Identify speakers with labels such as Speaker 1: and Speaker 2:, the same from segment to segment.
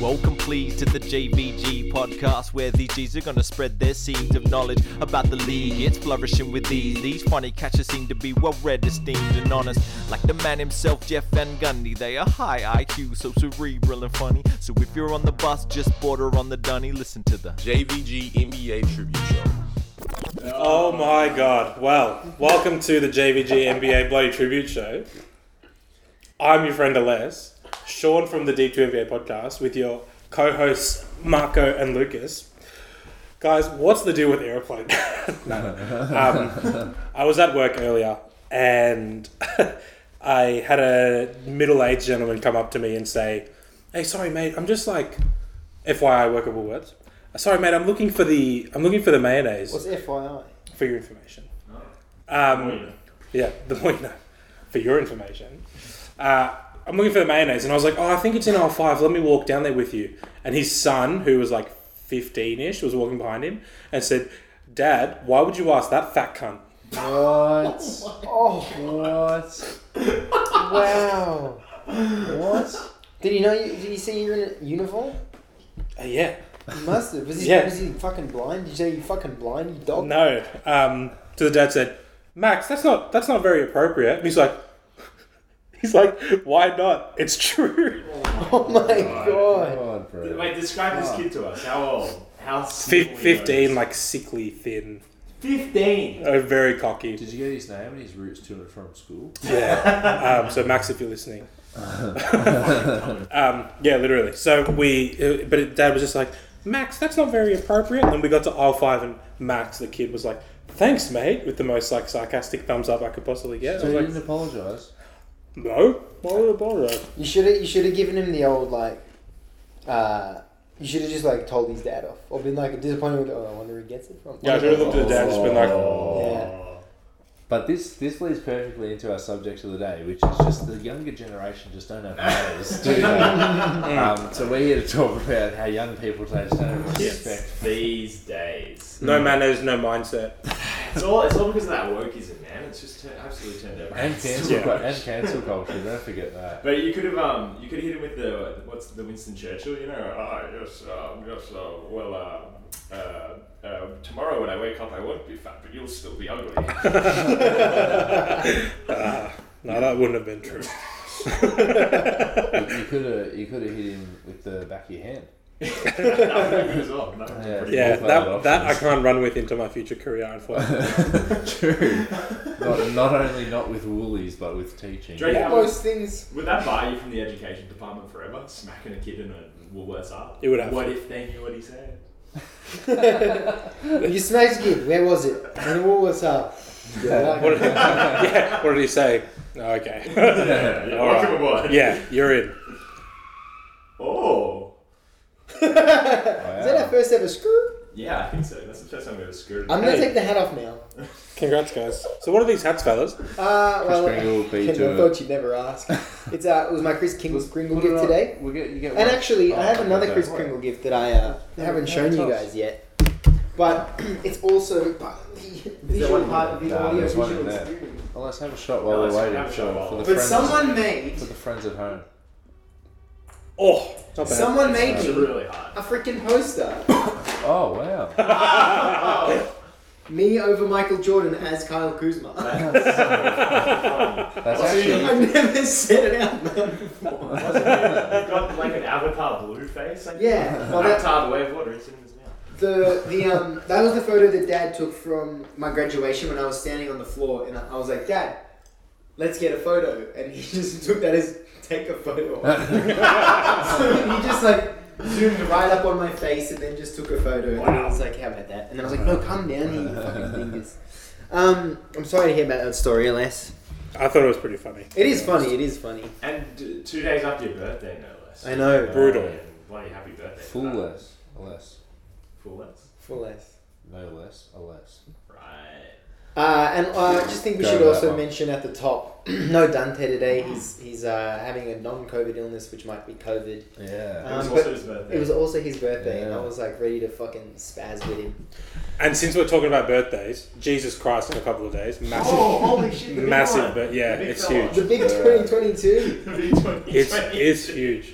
Speaker 1: Welcome, please, to the JVG podcast where these G's are going to spread their seeds of knowledge about the league. It's flourishing with these. These funny catchers seem to be well read, esteemed, and honest. Like the man himself, Jeff Van Gundy. They are high IQ, so cerebral and funny. So if you're on the bus, just border on the dunny. Listen to the
Speaker 2: JVG NBA Tribute Show.
Speaker 3: Oh my god. Well, welcome to the JVG NBA Bloody Tribute Show. I'm your friend Ales, Sean from the D2 NBA podcast, with your co hosts Marco and Lucas. Guys, what's the deal with aeroplane? No, no. Um, I was at work earlier and I had a middle aged gentleman come up to me and say, Hey, sorry, mate, I'm just like, FYI, workable words. Sorry, mate, I'm looking for the I'm looking for the mayonnaise
Speaker 4: What's FYI?
Speaker 3: for your information. Um, yeah, the more you know. For your information. Uh, I'm looking for the mayonnaise, and I was like, oh, I think it's in aisle five. Let me walk down there with you. And his son, who was like 15 ish, was walking behind him and said, Dad, why would you ask that fat cunt?
Speaker 4: What? Oh, what? wow. What? Did he know you? Did he see you in a uniform?
Speaker 3: Uh, yeah.
Speaker 4: He must have. Was he,
Speaker 3: Yeah.
Speaker 4: was he fucking blind? Did you say you fucking blind, you dog?
Speaker 3: No. Um, so the dad said, Max, that's not that's not very appropriate. And he's like, he's like, why not? It's true.
Speaker 4: Oh my god.
Speaker 5: God, bro. Wait, describe this kid to us. How old? How small
Speaker 3: Fif-
Speaker 5: he
Speaker 3: 15,
Speaker 5: was?
Speaker 3: like sickly thin,
Speaker 5: Fifteen.
Speaker 3: oh, very cocky.
Speaker 5: Did you get his name and his routes to and from school?
Speaker 3: Yeah. Um, so Max, if you're listening, um, yeah, literally. So we, uh, but it- Dad was just like, Max, that's not very appropriate. And we got to aisle five, and Max, the kid, was like, "Thanks, mate," with the most like sarcastic thumbs up I could possibly get. I
Speaker 5: So he
Speaker 3: was
Speaker 5: didn't
Speaker 3: like,
Speaker 5: apologise.
Speaker 3: "No, why would I bother?"
Speaker 4: You should have. You should have given him the old like. Uh, you should have just like told his dad off, or been like disappointed with. Oh, I wonder where he gets it from.
Speaker 3: Yeah, I should have looked at the dad and just been like,
Speaker 4: Yeah.
Speaker 5: But this this leads perfectly into our subject of the day, which is just the younger generation just don't have manners, do they? um, so we're here to talk about how young people today just don't have
Speaker 3: Yes.
Speaker 5: respect.
Speaker 6: These days.
Speaker 3: "No manners, no mindset."
Speaker 6: It's all, it's all because of that wokeism, man. It's just turned, absolutely turned over.
Speaker 5: And cancel,
Speaker 3: Yeah.
Speaker 5: cul- and cancel culture, don't forget that.
Speaker 6: But you could have um you could have hit him with the what's the Winston Churchill you know oh, yes um, yes uh, well uh, uh, uh, tomorrow when I wake up I won't be fat but you'll still be ugly.
Speaker 3: Ah, No, that wouldn't have been true.
Speaker 5: You could have you could have hit him with the back of your hand.
Speaker 6: that would be good as well. That would be
Speaker 5: Yeah.
Speaker 6: pretty
Speaker 3: Yeah,
Speaker 5: Well,
Speaker 3: that, that I
Speaker 5: options.
Speaker 3: can't run with into my future career, unfortunately.
Speaker 5: True. Not, not only not with woolies, but with teaching.
Speaker 6: Drake,
Speaker 4: All those things.
Speaker 6: Would that bar you from the education department forever? Smacking a kid in a Woolworths up?
Speaker 3: It would have.
Speaker 6: What if they knew what he said?
Speaker 4: You smashed kid. Where was it? And what was up? Yeah,
Speaker 3: What did, yeah, what did he say? Oh, okay.
Speaker 6: Yeah, yeah.
Speaker 3: All right.
Speaker 6: Welcome aboard.
Speaker 3: yeah, you're in.
Speaker 6: Oh.
Speaker 4: Is that our first ever screw?
Speaker 6: Yeah, I think so. That's the first time I've ever screwed.
Speaker 4: I'm gonna
Speaker 3: Hey.
Speaker 4: take the hat off now.
Speaker 3: Congrats, guys. So, what are these hats, fellas?
Speaker 4: Uh, well,
Speaker 5: Chris Kringle beat
Speaker 4: Kendall, I
Speaker 5: to
Speaker 4: thought you'd never ask. It's uh, it was my Chris King Kringle gift today,
Speaker 5: We get, you get
Speaker 4: and
Speaker 5: one.
Speaker 4: actually
Speaker 5: Oh,
Speaker 4: I have
Speaker 5: okay,
Speaker 4: another
Speaker 5: okay.
Speaker 4: Chris Kringle gift that I uh, haven't shown you
Speaker 5: toss.
Speaker 4: guys yet, but it's also part of the visual part of the
Speaker 5: Nah,
Speaker 4: audio
Speaker 5: there's one in
Speaker 4: visual
Speaker 5: there.
Speaker 4: experience.
Speaker 5: Well, let's have a shot while
Speaker 6: Yeah, let's
Speaker 5: we're waiting
Speaker 6: have a
Speaker 5: for,
Speaker 6: shot while
Speaker 5: for the
Speaker 6: we're-
Speaker 4: But
Speaker 5: friends.
Speaker 4: someone
Speaker 5: for
Speaker 4: made
Speaker 5: the friends at home.
Speaker 3: Oh, not bad.
Speaker 4: someone made
Speaker 6: It's
Speaker 4: me
Speaker 6: really hard.
Speaker 4: a freaking poster.
Speaker 5: Oh wow!
Speaker 6: Oh,
Speaker 4: Me over Michael Jordan as Kyle Kuzma.
Speaker 5: That's
Speaker 6: Also, you
Speaker 5: actually
Speaker 4: I've never said it out loud before.
Speaker 6: Wasn't it? got like an avatar blue face. Like,
Speaker 4: Yeah, well, that,
Speaker 6: Avatar, the way of water, it's in his mouth.
Speaker 4: The the um that was the photo that Dad took from my graduation when I was standing on the floor and I I was like, Dad, let's get a photo, and he just took that as take a photo. so he just like zoomed right up on my face and then just took a photo. And then I was like, How about that? And then I was like, No, come down here, you fucking fingers. Um, I'm sorry to hear about that story, Les.
Speaker 3: I thought it was pretty funny.
Speaker 4: It is funny. It is funny.
Speaker 6: And uh, two days after your birthday, no less. Uh,
Speaker 4: I know.
Speaker 3: Brutal.
Speaker 6: And bloody happy Uh, birthday. for
Speaker 5: full
Speaker 6: that.
Speaker 5: less, a less,
Speaker 6: Full less.
Speaker 4: For Les.
Speaker 5: no less, a less.
Speaker 6: Right.
Speaker 4: Uh, and I just think we
Speaker 5: Go
Speaker 4: should
Speaker 5: with that
Speaker 4: also
Speaker 5: one.
Speaker 4: mention at the top, no Dante today. He's he's uh, having a non-COVID illness, which might be COVID.
Speaker 5: Yeah.
Speaker 6: It was
Speaker 4: Um,
Speaker 6: also
Speaker 4: but
Speaker 6: his birthday.
Speaker 4: it was also his birthday, and I
Speaker 5: Yeah.
Speaker 4: was like ready to fucking spaz with him.
Speaker 3: And since we're talking about birthdays, Jesus Christ in a couple of days. Massive.
Speaker 6: oh, holy shit. The big
Speaker 3: massive,
Speaker 6: one.
Speaker 3: but yeah,
Speaker 6: The big
Speaker 3: it's
Speaker 6: fella.
Speaker 3: huge.
Speaker 4: The big 2022.
Speaker 6: The big 20.
Speaker 3: It's, it's huge.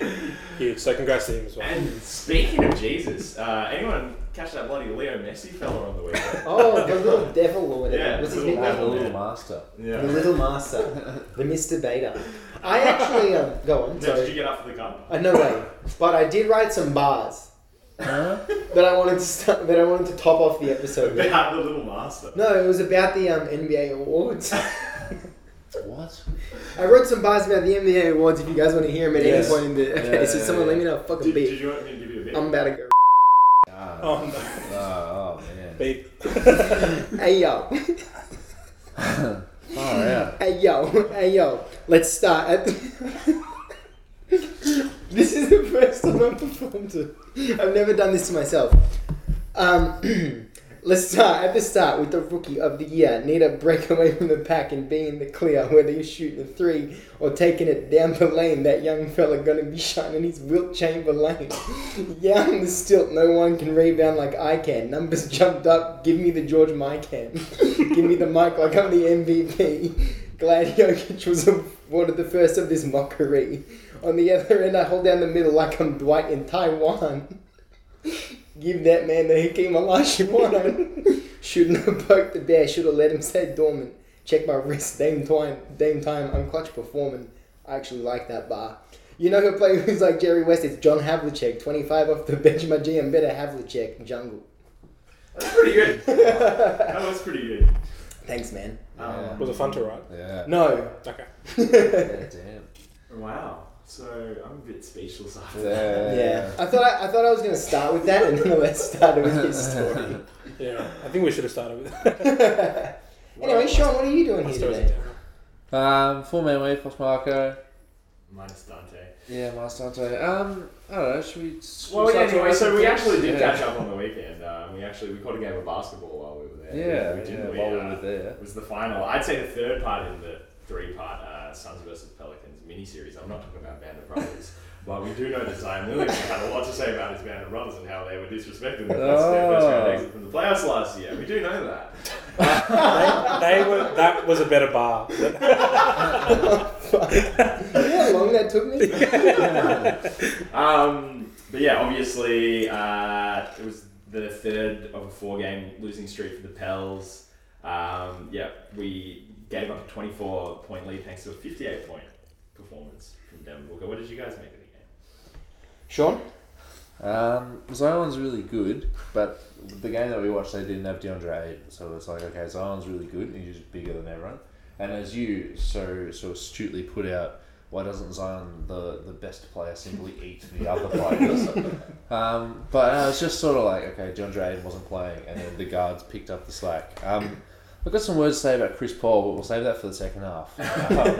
Speaker 3: Huge. So congrats to him as well.
Speaker 6: And speaking of Jesus, uh, anyone catch that bloody Leo Messi fella on the weekend?
Speaker 4: Oh, the little devil or whatever.
Speaker 6: Yeah,
Speaker 4: What's his
Speaker 6: little
Speaker 5: Ah, the
Speaker 4: nickname?
Speaker 5: little master.
Speaker 4: The
Speaker 6: Yeah.
Speaker 4: little master, the Mr. Beta. I actually um, go on.
Speaker 6: Now, did you
Speaker 4: Sorry,
Speaker 6: get up for the cup?
Speaker 4: uh, no way. But I did write some bars
Speaker 5: Huh?
Speaker 4: that I wanted to start, that I wanted to top off the episode. with.
Speaker 6: About the little master.
Speaker 4: No, it was about the um, NBA awards.
Speaker 5: What?
Speaker 4: I wrote some bars about the NBA awards. If you guys want to hear them at
Speaker 3: Yes.
Speaker 4: any point in the okay,
Speaker 5: Yeah,
Speaker 4: so
Speaker 5: yeah,
Speaker 4: someone
Speaker 5: yeah.
Speaker 4: let me know. a Fucking
Speaker 6: Did, did
Speaker 4: beat.
Speaker 6: you want me to give you a bit?
Speaker 5: Um,
Speaker 4: I'm about to go.
Speaker 5: Ah,
Speaker 3: Oh no.
Speaker 5: oh, oh, man.
Speaker 3: Beep.
Speaker 4: Hey yo,
Speaker 5: Far out.
Speaker 4: hey yo, hey yo. Let's start. At the- this is the first time I've performed it. I've never done this to myself. Um, let's start at the start with the rookie of the year. Need a break away from the pack and be in the clear. Whether you're shooting a three or taking it down the lane, that young fella gonna be shining his Wilt Chamberlain. yeah, on the stilt, no one can rebound like I can. Numbers jumped up. Give me the George Mikan. give me the mic like I'm the MVP. Glad Jokic was awarded the first of this mockery. On the other end, I hold down the middle like I'm Dwight in Taiwan. Give that man the Hakeem Olajuwon. Shouldn't have poked the bear. Should have let him stay dormant. Check my wrist. Dame time. Dame time. I'm clutch performing. I actually like that bar. You know who play who's like Jerry West? It's John Havlicek. 25 off the bench. My GM better Havlicek. Jungle.
Speaker 6: That's pretty good. that was pretty good. Um,
Speaker 4: Thanks, man.
Speaker 5: Yeah.
Speaker 3: Was it fun to write?
Speaker 5: Yeah.
Speaker 4: No.
Speaker 3: Okay.
Speaker 5: yeah damn.
Speaker 6: Wow. So I'm a bit speechless after that.
Speaker 5: Yeah.
Speaker 4: Yeah. I thought I, I thought I was gonna start with that, and then let's start with his story.
Speaker 3: Yeah. I think we should have started with that.
Speaker 4: anyway, Sean, what are you doing here today?
Speaker 5: Um, four man wave plus Marco.
Speaker 6: Minus Dante.
Speaker 5: Yeah, Master Dante. Um, I don't know. Should we? should
Speaker 6: Well,
Speaker 5: we
Speaker 6: yeah,
Speaker 5: start
Speaker 6: anyway,
Speaker 5: talking
Speaker 6: so we
Speaker 5: about-
Speaker 6: actually did
Speaker 5: yeah.
Speaker 6: catch up on the weekend. Um, we actually we caught a game of basketball while we were there.
Speaker 5: Yeah,
Speaker 6: we
Speaker 5: yeah,
Speaker 6: we,
Speaker 5: while we
Speaker 6: uh,
Speaker 5: were there.
Speaker 6: It was the final. I'd say the third part in the three-part uh, Suns versus Pelicans miniseries. I'm not talking about Band of Brothers, but we do know that Zion Lillard had a lot to say about his Band of Brothers and how they were disrespecting them. That's their first round
Speaker 5: Oh.
Speaker 6: exit from the playoffs last year. We do know that.
Speaker 3: They were. That was a better bar.
Speaker 4: You know how long that took me?
Speaker 6: Um, but yeah, obviously, uh, it was the third of a four game losing streak for the Pels. Um, yeah, we gave up a 24 point lead thanks to a 58 point performance from Devin Booker. What did you guys make of the game?
Speaker 4: Sean.
Speaker 5: Um, Zion's really good, but the game that we watched, they didn't have DeAndre Ayton, so it's like okay, Zion's really good, and he's just bigger than everyone. And as you so so astutely put out, why doesn't Zion, the the best player, simply eat the other players? um, but uh, it's just sort of like okay, DeAndre Ayton wasn't playing, and then the guards picked up the slack. Um, I've got some words to say about Chris Paul, but we'll save that for the second half.
Speaker 3: Um, all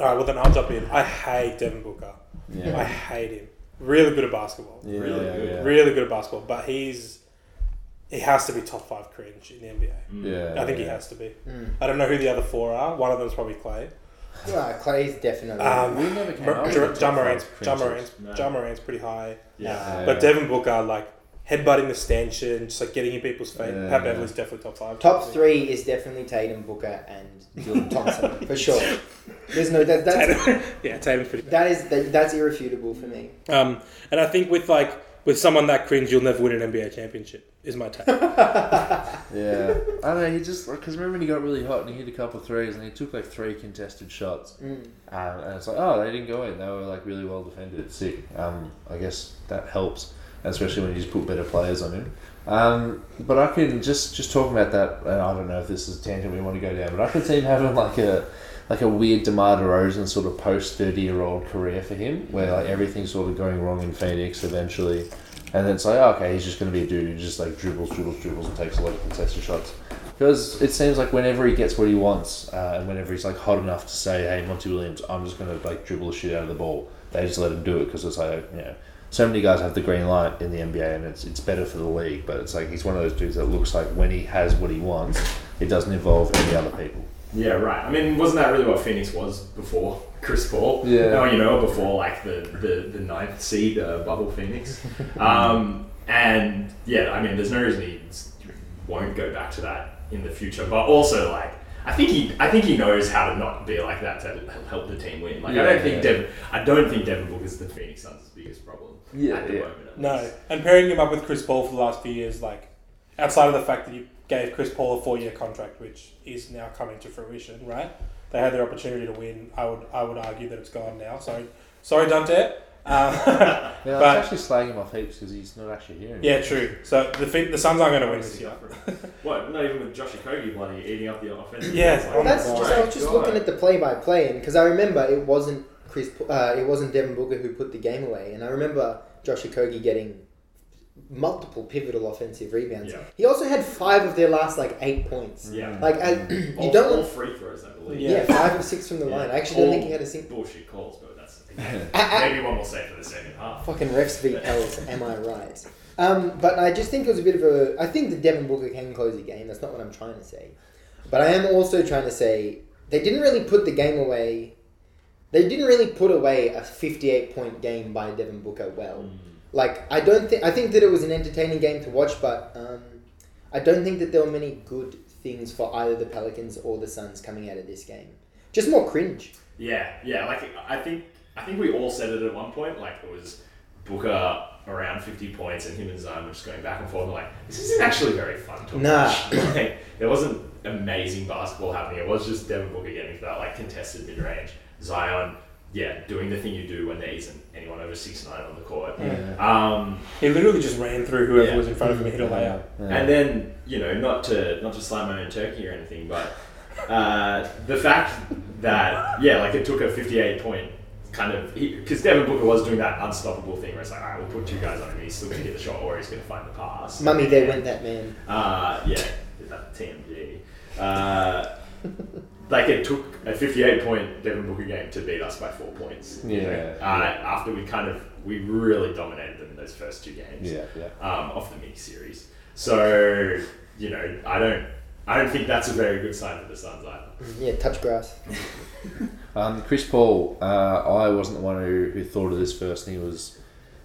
Speaker 3: right. Well, then I'll jump in. I hate Devin Booker.
Speaker 5: Yeah.
Speaker 3: I hate him. Really good at basketball.
Speaker 5: Yeah,
Speaker 6: Really
Speaker 5: yeah,
Speaker 6: good.
Speaker 5: yeah.
Speaker 3: Really good at basketball, but he's he has to be top five cringe in the NBA.
Speaker 5: Yeah,
Speaker 3: I think he
Speaker 5: Mm. yeah.
Speaker 3: has to be.
Speaker 4: Mm.
Speaker 3: I don't know who the other four are. One of them's probably Clay.
Speaker 4: Ah, Clay's definitely.
Speaker 5: We
Speaker 3: Um,
Speaker 5: never came up
Speaker 3: Mar-
Speaker 5: with
Speaker 3: Jar-
Speaker 5: the
Speaker 3: Ja
Speaker 5: top
Speaker 3: Morant's,
Speaker 5: five
Speaker 3: Ja
Speaker 5: cringes.
Speaker 3: Morant's,
Speaker 6: No.
Speaker 3: Ja Morant's pretty high. Um,
Speaker 6: Yeah.
Speaker 5: Yeah.
Speaker 3: But Devin Booker, like headbutting the stanchion, just like getting in people's face.
Speaker 5: Yeah.
Speaker 3: Pat Beverly's definitely top five.
Speaker 4: Top three is definitely Tatum, Booker, and Dylan Thompson for sure. There's no that that's,
Speaker 3: Tatum. yeah, Tatum's pretty bad.
Speaker 4: that is that, that's irrefutable for me.
Speaker 3: Um, and I think with like with someone that cringe, you'll never win an NBA championship. Is my take.
Speaker 5: Yeah, I don't know. He just because remember when he got really hot and he hit a couple threes and he took like three contested shots, um, and it's like oh they didn't go in. They were like really well defended. Sick. Um, I guess that helps, especially when you just put better players on him. Um, but I can just just talking about that. And I don't know if this is a tangent we want to go down, but I can see him having like a like a weird Demar Derozan sort of post thirty year old career for him, where like everything's sort of going wrong in Phoenix eventually. And then it's like, oh, okay, he's just going to be a dude who just like dribbles, dribbles, dribbles, and takes a lot of contested shots. Because it seems like whenever he gets what he wants, uh, and whenever he's like hot enough to say, "Hey, Monty Williams, I'm just going to like dribble the shit out of the ball," they just let him do it because it's like, you know, so many guys have the green light in the NBA, and it's it's better for the league. But it's like he's one of those dudes that looks like when he has what he wants, it doesn't involve any other people.
Speaker 6: Yeah, right. I mean, wasn't that really what Phoenix was before Chris Paul?
Speaker 5: Yeah.
Speaker 6: Oh, you know, before like the, the, the ninth seed, uh, Bubble Phoenix. Um, and yeah, I mean, there's no reason he s- won't go back to that in the future. But also, like, I think he, I think he knows how to not be like that to help the team win. Like I
Speaker 5: Yeah,
Speaker 6: don't think
Speaker 5: yeah.
Speaker 6: Devin, I don't think Devin Booker is the Phoenix Suns' biggest problem
Speaker 5: Yeah,
Speaker 6: at the
Speaker 5: yeah.
Speaker 6: moment. at
Speaker 3: No,
Speaker 6: least.
Speaker 3: and pairing him up with Chris Paul for the last few years, like outside of the fact that you gave Chris Paul a four-year contract, which is now coming to fruition, right? They had their opportunity to win. I would, I would argue that it's gone now. Sorry, sorry, Dante. Um,
Speaker 5: Yeah,
Speaker 3: But-
Speaker 5: I was actually slagging him off heaps because he's not actually here. anymore.
Speaker 3: yeah, true. So the Phoen- the Suns aren't going to win this
Speaker 6: Obviously
Speaker 3: year.
Speaker 6: up for it. What? Not even with Josh Okogie bloody eating up the offense.
Speaker 3: Yes.
Speaker 4: Well, that's just, I was just looking at the play-by-play, and because I remember it wasn't Chris, P- uh, it wasn't Devin Booker who put the game away, and I remember Josh Okogie getting multiple pivotal offensive rebounds.
Speaker 6: Yeah.
Speaker 4: He also had five of their last like eight points.
Speaker 6: Yeah.
Speaker 4: Like I,
Speaker 6: all,
Speaker 4: you
Speaker 6: all
Speaker 4: don't want,
Speaker 6: free throws, I believe.
Speaker 3: Yeah.
Speaker 4: yeah. five or six from the
Speaker 6: Yeah.
Speaker 4: line. I actually don't
Speaker 6: All
Speaker 4: think he had a single.
Speaker 6: Bullshit calls, but that's
Speaker 4: I-
Speaker 6: maybe one will say for the second half.
Speaker 4: Fucking refs beat hells, am I right? Um, but I just think it was a bit of a. I think the Devin Booker can close the game. That's not what I'm trying to say. But I am also trying to say they didn't really put the game away. They didn't really put away a 58 point game by Devin Booker well. Like I don't think I think that it was an entertaining game to watch, but um, I don't think that there were many good things for either the Pelicans or the Suns coming out of this game. Just more cringe.
Speaker 6: Yeah, yeah. Like I think I think we all said it at one point. Like it was Booker around fifty points and him and Zion were just going back and forth. And like this isn't actually very fun to
Speaker 4: Nah.
Speaker 6: watch. like there wasn't amazing basketball happening. It was just Devin Booker getting to that like contested mid range. Zion, yeah, doing the thing you do when there isn't anyone over six nine on the court. Um,
Speaker 3: He literally just ran through whoever
Speaker 6: Yeah.
Speaker 3: was in front of him and hit a layup.
Speaker 6: and then you know, not to not to slam my own turkey or anything, but uh, the fact that yeah, like it took a fifty-eight point kind of because Devin Booker was doing that unstoppable thing where it's like, all right, we'll put two guys on him, he's still gonna hit the shot or he's gonna find the pass.
Speaker 4: Mummy, they went that man.
Speaker 6: Uh, yeah, that TMG. Uh, like it took a 58 point Devin Booker game to beat us by four points. you know,
Speaker 5: Yeah.
Speaker 6: Uh, after we kind of we really dominated them in those first two games.
Speaker 5: Yeah, yeah.
Speaker 6: Um, off the mini series. So you know, I don't, I don't think that's a very good sign for the Suns either.
Speaker 4: Yeah, touch grass.
Speaker 5: Um, Chris Paul, uh, I wasn't the one who, who thought of this first, and he was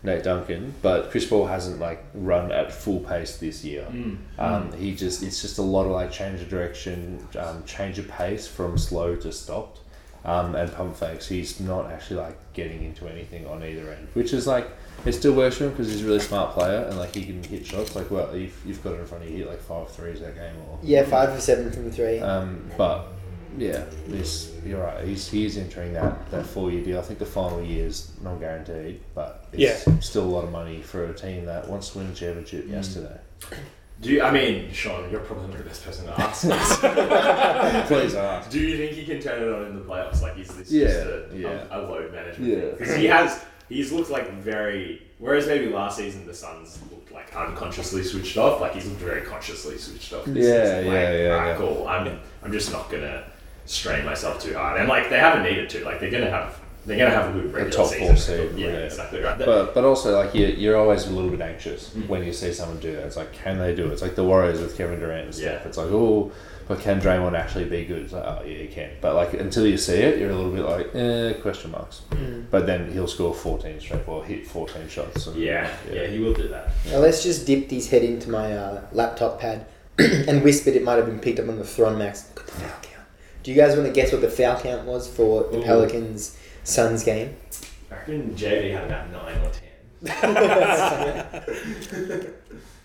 Speaker 5: Nate Duncan. But Chris Paul hasn't like run at full pace this year. Um, he just it's just a lot of like change of direction, um, change of pace from slow to stopped, um, and pump fakes. He's not actually like getting into anything on either end, which is like it still works for him because he's a really smart player and like he can hit shots. Like well, if you've got it in front of you, you hit like five threes that game or
Speaker 4: Yeah, five for seven from three.
Speaker 5: um, but yeah, this you're right. He's he's entering that, that four year deal. I think the final year is non guaranteed, but it's still a lot of money for a team that wants to win a championship
Speaker 6: Mm.
Speaker 5: yesterday.
Speaker 6: Do you, I mean, Sean, you're probably not the best person to ask. this.
Speaker 5: Please ask.
Speaker 6: Do you think he can turn it on in the playoffs? Like, is this
Speaker 5: Yeah,
Speaker 6: just a,
Speaker 5: yeah.
Speaker 6: a, a load management
Speaker 5: Yeah.
Speaker 6: Because he has, he's looked like very. Whereas maybe last season the Suns looked like unconsciously switched off. Like he's looked very consciously switched off. This
Speaker 5: Yeah,
Speaker 6: season. Like,
Speaker 5: yeah, yeah,
Speaker 6: "Alright,
Speaker 5: yeah.
Speaker 6: Cool. I'm, I'm just not gonna strain myself too hard. And like they haven't needed to. Like they're gonna have, they're gonna have a good regular
Speaker 5: top
Speaker 6: season.
Speaker 5: four seed,
Speaker 6: Yeah,
Speaker 5: yeah.
Speaker 6: exactly right.
Speaker 5: But but also like you you're always a little bit anxious
Speaker 6: Mm.
Speaker 5: when you see someone do that. It's like can they do it? It's like the Warriors with Kevin Durant and stuff.
Speaker 6: Yeah.
Speaker 5: It's like oh, but can Draymond actually be good? It's like oh yeah, he can. But like until you see it, you're a little bit like eh, question marks. But then he'll score 14 straight or hit 14 shots. And,
Speaker 6: yeah, yeah, he will do that.
Speaker 4: Now let's just dip his head into my uh, laptop pad and whispered it might have been picked up on the Thron Max. Got the foul count. Do you guys want to guess what the foul count was for the
Speaker 6: Ooh.
Speaker 4: Pelicans Suns game?
Speaker 6: I reckon JD had about nine or ten.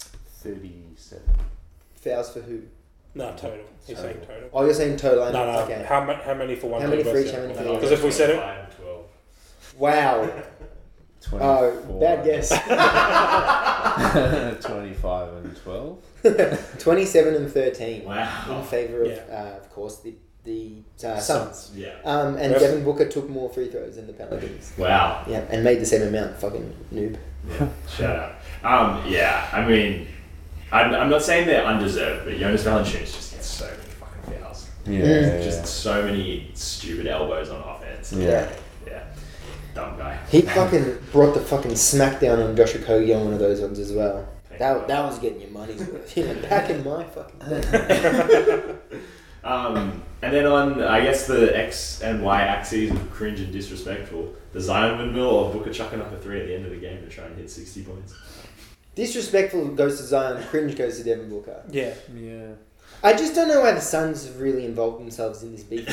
Speaker 5: 37.
Speaker 4: Fouls for who?
Speaker 3: No, total. He's saying total.
Speaker 4: Oh, you're saying total.
Speaker 3: No,
Speaker 4: aren't you?
Speaker 3: no.
Speaker 4: Okay.
Speaker 3: How, ma- how many for one?
Speaker 4: How many
Speaker 3: team
Speaker 4: for
Speaker 3: versus
Speaker 4: each?
Speaker 3: the
Speaker 4: How
Speaker 3: other?
Speaker 4: many for the other?
Speaker 3: Because if we said it,
Speaker 6: 25 and 12.
Speaker 4: Wow.
Speaker 5: 24.
Speaker 4: Oh, bad guess.
Speaker 5: 25 and 12.
Speaker 4: 27 and 13 in
Speaker 6: Wow.
Speaker 4: favor of,
Speaker 3: Yeah.
Speaker 4: uh, of course, the the uh, Suns.
Speaker 6: Yeah.
Speaker 4: Um, and
Speaker 3: Ref-
Speaker 4: Devin Booker took more free throws than the Pelicans.
Speaker 6: Wow.
Speaker 4: Yeah, and made the same amount. Fucking noob.
Speaker 6: Shout out. Um, yeah, I mean, I'm, I'm not saying they're undeserved, but Jonas Valanciunas just gets so many fucking fouls.
Speaker 5: Yeah.
Speaker 6: Just so many stupid elbows on offense.
Speaker 5: Yeah.
Speaker 6: Yeah. Dumb guy.
Speaker 4: He fucking brought the fucking smackdown on Josh Okogie on one of those ones as well. That, that was getting your money's worth. You know, back in my fucking day.
Speaker 6: Um, and then on, I guess, the X and Y axes of cringe and disrespectful, the Zion windmill or Booker chucking up a three at the end of the game to try and hit 60 points.
Speaker 4: Disrespectful goes to Zion, cringe goes to Devin Booker.
Speaker 3: yeah,
Speaker 5: Yeah.
Speaker 4: I just don't know why the Suns have really involved themselves in this beef. like,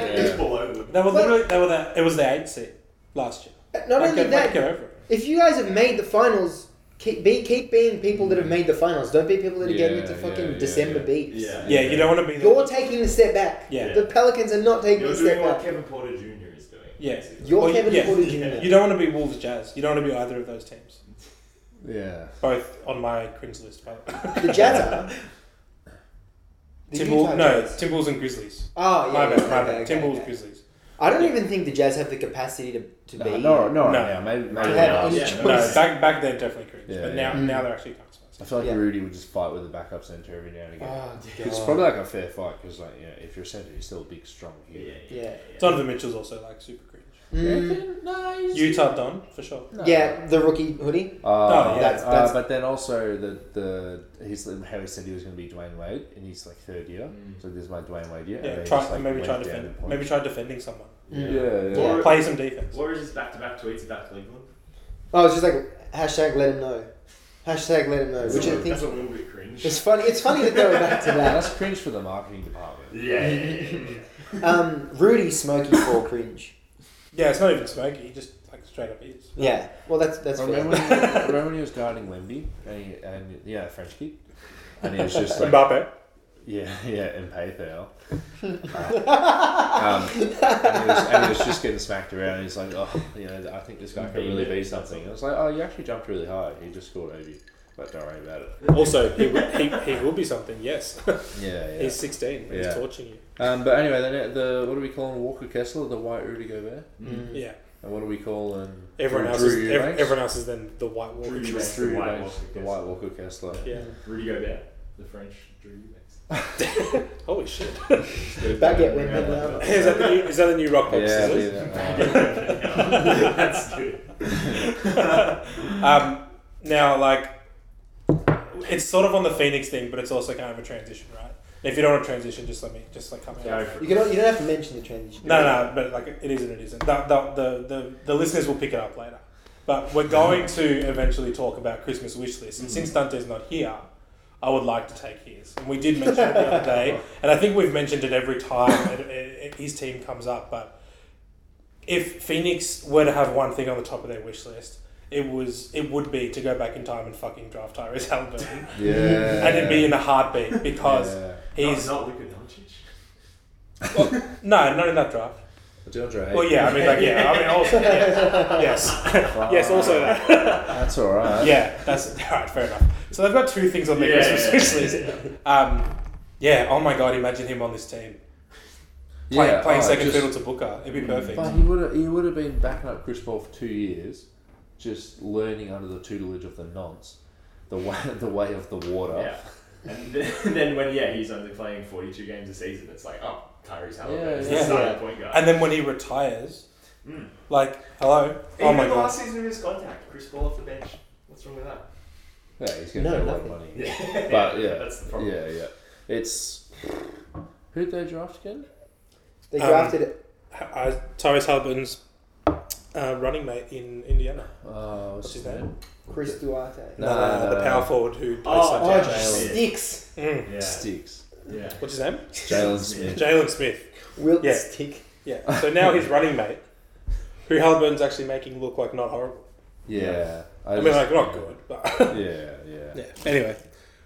Speaker 5: Yeah.
Speaker 6: below them.
Speaker 3: They were
Speaker 4: But-
Speaker 3: literally they were the it was the eighth seed last year.
Speaker 4: not
Speaker 3: Like,
Speaker 4: only
Speaker 3: get- like,
Speaker 4: that,
Speaker 3: get over it.
Speaker 4: if you guys have made the finals, keep be keep being people that have made the finals. Don't be people that are getting
Speaker 5: Yeah,
Speaker 4: into
Speaker 5: yeah,
Speaker 4: fucking
Speaker 5: yeah,
Speaker 4: December
Speaker 5: yeah.
Speaker 4: beefs.
Speaker 6: Yeah.
Speaker 3: Yeah, you don't want to be.
Speaker 4: You're taking the step back.
Speaker 3: Yeah.
Speaker 4: The Pelicans are not taking
Speaker 6: You're
Speaker 4: the
Speaker 6: doing
Speaker 4: step
Speaker 6: what
Speaker 4: back.
Speaker 6: Kevin Porter Jr. is doing.
Speaker 3: Yeah.
Speaker 6: basically.
Speaker 4: You're
Speaker 3: Well,
Speaker 4: Kevin
Speaker 3: yeah.
Speaker 4: Porter Jr.
Speaker 6: Yeah.
Speaker 3: You don't want to be Wolves Jazz. You don't want to be either of those teams.
Speaker 5: Yeah.
Speaker 3: Both on my cringe list. By the way.
Speaker 4: The Jazz are. The
Speaker 3: Tim
Speaker 4: Utah
Speaker 3: Wolves, no,
Speaker 4: Jazz.
Speaker 3: Timberwolves and Grizzlies.
Speaker 4: Oh, yeah.
Speaker 3: my
Speaker 4: yeah,
Speaker 3: bad, my
Speaker 4: okay,
Speaker 3: bad.
Speaker 4: okay,
Speaker 3: Timberwolves
Speaker 4: okay.
Speaker 3: Grizzlies.
Speaker 4: I don't even think the Jazz have the capacity to, to
Speaker 5: No,
Speaker 4: be.
Speaker 5: no, no, right
Speaker 3: No.
Speaker 5: now. Maybe, maybe
Speaker 6: Right
Speaker 4: had
Speaker 5: now.
Speaker 4: any
Speaker 6: yeah.
Speaker 4: choice.
Speaker 3: No, back back then definitely cringe,
Speaker 5: Yeah,
Speaker 3: but now
Speaker 5: yeah.
Speaker 4: Mm.
Speaker 3: now they're actually counts.
Speaker 5: I feel like
Speaker 4: Yeah.
Speaker 5: Rudy would just fight with the backup center every now and again.
Speaker 4: Oh,
Speaker 5: it's
Speaker 4: God.
Speaker 5: probably like a fair fight because, like, you know, if you're a center, you're still a big, strong
Speaker 6: Yeah.
Speaker 5: human.
Speaker 6: yeah,
Speaker 4: Yeah.
Speaker 3: Donovan Mitchell's also like super cringe.
Speaker 4: Mm,
Speaker 5: No,
Speaker 3: Utah Don for sure.
Speaker 4: yeah, the rookie hoodie.
Speaker 5: Uh,
Speaker 3: Oh, yeah.
Speaker 4: That's-
Speaker 5: uh,
Speaker 4: that's-
Speaker 5: but then also the the he's how he said he was going to be Dwayne Wade, and he's like third year,
Speaker 4: Mm.
Speaker 5: so this is my Dwayne Wade year. and
Speaker 3: Yeah,
Speaker 5: then
Speaker 3: try,
Speaker 5: he's, like,
Speaker 3: maybe
Speaker 5: went
Speaker 3: try
Speaker 5: down in
Speaker 3: defend,
Speaker 5: points.
Speaker 3: maybe try defending someone.
Speaker 5: Yeah,
Speaker 6: Yeah.
Speaker 5: yeah,
Speaker 6: Or-
Speaker 3: Play some defense.
Speaker 6: What was his back-to-back tweets about Cleveland?
Speaker 4: Oh, it's just like hashtag let him know. Hashtag let him know. Which
Speaker 6: That's
Speaker 4: I
Speaker 6: a little-
Speaker 4: think
Speaker 6: that's a little bit cringe.
Speaker 4: it's funny. It's funny that they were back to
Speaker 5: yeah.
Speaker 4: that.
Speaker 5: That's cringe for the marketing department.
Speaker 6: Yeah, yeah, yeah, yeah.
Speaker 4: Um, Rudy Smoky for cringe.
Speaker 3: Yeah, it's not even smoky. He just like straight up is.
Speaker 4: Yeah. Well, that's that's
Speaker 5: I
Speaker 4: fair.
Speaker 5: remember, when he, I remember when he was guarding Wemby, and, he, and yeah, French kick, and he was just like,
Speaker 3: Mbappe.
Speaker 5: Yeah, yeah, and PayPal. Uh, um, and, it was, and it was just getting smacked around. He's like, oh, you know, I think this guy can really be something. And I was like, oh, you actually jumped really high. He just scored over you. But don't worry about it.
Speaker 3: Also, he, will- he, he will be something. Yes,
Speaker 5: Yeah, yeah.
Speaker 3: he's sixteen. He's
Speaker 5: Yeah.
Speaker 3: torching you.
Speaker 5: Um, but anyway, then the what do we call him? Walker Kessler, the white Rudy Gobert,
Speaker 4: Mm.
Speaker 3: Yeah,
Speaker 5: and what do we call him?
Speaker 3: everyone else is ev- everyone else is then the White Walker.
Speaker 6: Drew Eubanks,
Speaker 5: Drew
Speaker 6: the White
Speaker 5: Eubanks,
Speaker 6: Walker
Speaker 5: the
Speaker 6: Kessler.
Speaker 5: white Walker Kessler.
Speaker 3: Yeah.
Speaker 6: Rudy Gobert, the French Drew Eubanks.
Speaker 3: Holy shit!
Speaker 4: Baguette went now.
Speaker 3: is that the new, is that the new rock
Speaker 5: Yeah,
Speaker 3: paper scissors?
Speaker 5: yeah, yeah.
Speaker 6: That's good.
Speaker 3: Um, now, like, it's sort of on the Phoenix thing, but it's also kind of a transition, right? If you don't want to transition, just let me just like come
Speaker 6: Go
Speaker 3: out.
Speaker 6: for
Speaker 4: You
Speaker 6: it.
Speaker 4: can you don't have to mention the transition.
Speaker 3: No, no, but like it is and it isn't. The, the, the, the, the listeners will pick it up later. But we're going to eventually talk about Christmas wish lists. And since Dante's not here, I would like to take his. And we did mention it the other day. And I think we've mentioned it every time it, it- it- his team comes up. But if Phoenix were to have one thing on the top of their wish list, it was it would be to go back in time and fucking draft Tyrese Halliburton.
Speaker 5: yeah.
Speaker 3: And it'd be in a heartbeat because
Speaker 5: Yeah.
Speaker 3: he's.
Speaker 6: not, not Luka Doncic.
Speaker 3: No, not in that draft.
Speaker 5: DeAndre.
Speaker 3: Well, yeah, I mean, like, yeah, I mean, also, yeah, yes, yes, also that,
Speaker 5: That's all right.
Speaker 3: yeah, that's all right, fair enough. So they've got two things on their
Speaker 6: Yeah,
Speaker 3: Christmas
Speaker 6: yeah,
Speaker 3: wish
Speaker 6: yeah.
Speaker 3: list. Um, yeah, oh my god, imagine him on this team playing,
Speaker 5: Yeah,
Speaker 3: playing
Speaker 5: oh,
Speaker 3: second
Speaker 5: just- Mm.
Speaker 3: fiddle to Booker. It'd be perfect.
Speaker 5: But he would have he would have been backing up Chris Paul for two years, just learning under the tutelage of the nonce, the way the way of the water.
Speaker 6: Yeah. And then, then when yeah he's only playing 42 games a season, it's like oh Tyrese Halliburton is the
Speaker 5: Yeah,
Speaker 3: yeah.
Speaker 6: starting
Speaker 4: Yeah.
Speaker 6: point guard.
Speaker 3: And then when he retires,
Speaker 6: Mm.
Speaker 3: like, hello,
Speaker 6: Even
Speaker 3: oh my
Speaker 6: the
Speaker 3: god,
Speaker 6: last season of his contract, Chris Paul off the bench. What's wrong with that?
Speaker 5: Yeah, he's gonna
Speaker 4: No,
Speaker 5: make a lot of
Speaker 4: nothing.
Speaker 5: money. But yeah,
Speaker 6: that's the problem.
Speaker 5: Yeah, yeah. It's who'd they draft again?
Speaker 4: They
Speaker 3: Um,
Speaker 4: drafted it.
Speaker 3: uh, Tyrese Halliburton's uh, running mate in Indiana,
Speaker 5: Uh, what's,
Speaker 3: What's
Speaker 5: his
Speaker 3: his
Speaker 5: name?
Speaker 4: Chris Duarte.
Speaker 5: No,
Speaker 3: uh,
Speaker 5: no,
Speaker 3: the
Speaker 5: no,
Speaker 3: power
Speaker 5: no.
Speaker 3: forward who plays
Speaker 6: Oh,
Speaker 3: like
Speaker 4: Oh,
Speaker 3: Jalen.
Speaker 5: Jalen.
Speaker 4: sticks.
Speaker 3: Mm.
Speaker 6: Yeah.
Speaker 5: Sticks.
Speaker 6: Yeah.
Speaker 3: What's his name?
Speaker 5: Jalen Smith.
Speaker 3: Jalen Smith.
Speaker 4: Wilt
Speaker 3: Yeah.
Speaker 4: stick.
Speaker 3: Yeah. So now his running mate, who Halliburton's actually making look like not horrible.
Speaker 5: Yeah.
Speaker 3: I mean, like not good, but
Speaker 5: Yeah, yeah.
Speaker 3: yeah. Anyway,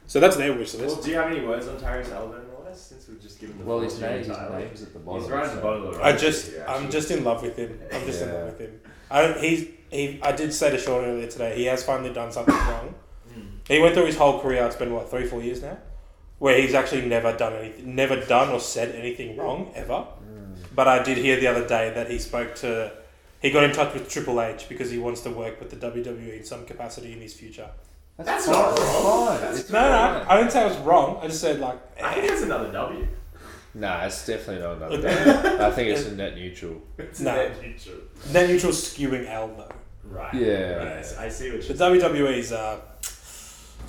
Speaker 3: so that's their wish
Speaker 6: Well,
Speaker 3: list.
Speaker 6: do you have any words on Tyrese Halliburton and all this? Since we've just given the
Speaker 5: Well,
Speaker 6: floor
Speaker 5: his
Speaker 6: to you,
Speaker 5: name, his
Speaker 6: Tyler?
Speaker 5: name's at the bottom.
Speaker 6: He's right at the
Speaker 5: so-
Speaker 6: bottom of the
Speaker 3: I
Speaker 6: roster
Speaker 3: just,
Speaker 6: here,
Speaker 3: I'm
Speaker 6: actually.
Speaker 3: just in love with him. I'm just in
Speaker 5: Yeah.
Speaker 3: love with him. I don't, he's, he, I did say to Sean earlier today, he has finally done something wrong. He went through his whole career. It's been what three, four years now, where he's actually never done anything, never done or said anything wrong ever. But I did hear the other day that he spoke to, he got in touch with Triple H because he wants to work with the WWE in some capacity in his future.
Speaker 5: That's, not fine. It's
Speaker 3: No, no,
Speaker 5: fine.
Speaker 3: I didn't say I was wrong. I just said like, eh.
Speaker 6: I think that's another W.
Speaker 5: Nah, it's definitely not another. day. I think it's a net neutral.
Speaker 6: It's
Speaker 3: No.
Speaker 6: net neutral.
Speaker 3: net neutral skewing L though.
Speaker 6: Right.
Speaker 5: Yeah.
Speaker 6: Right, I see what
Speaker 3: The
Speaker 6: you.
Speaker 3: WWE's, uh,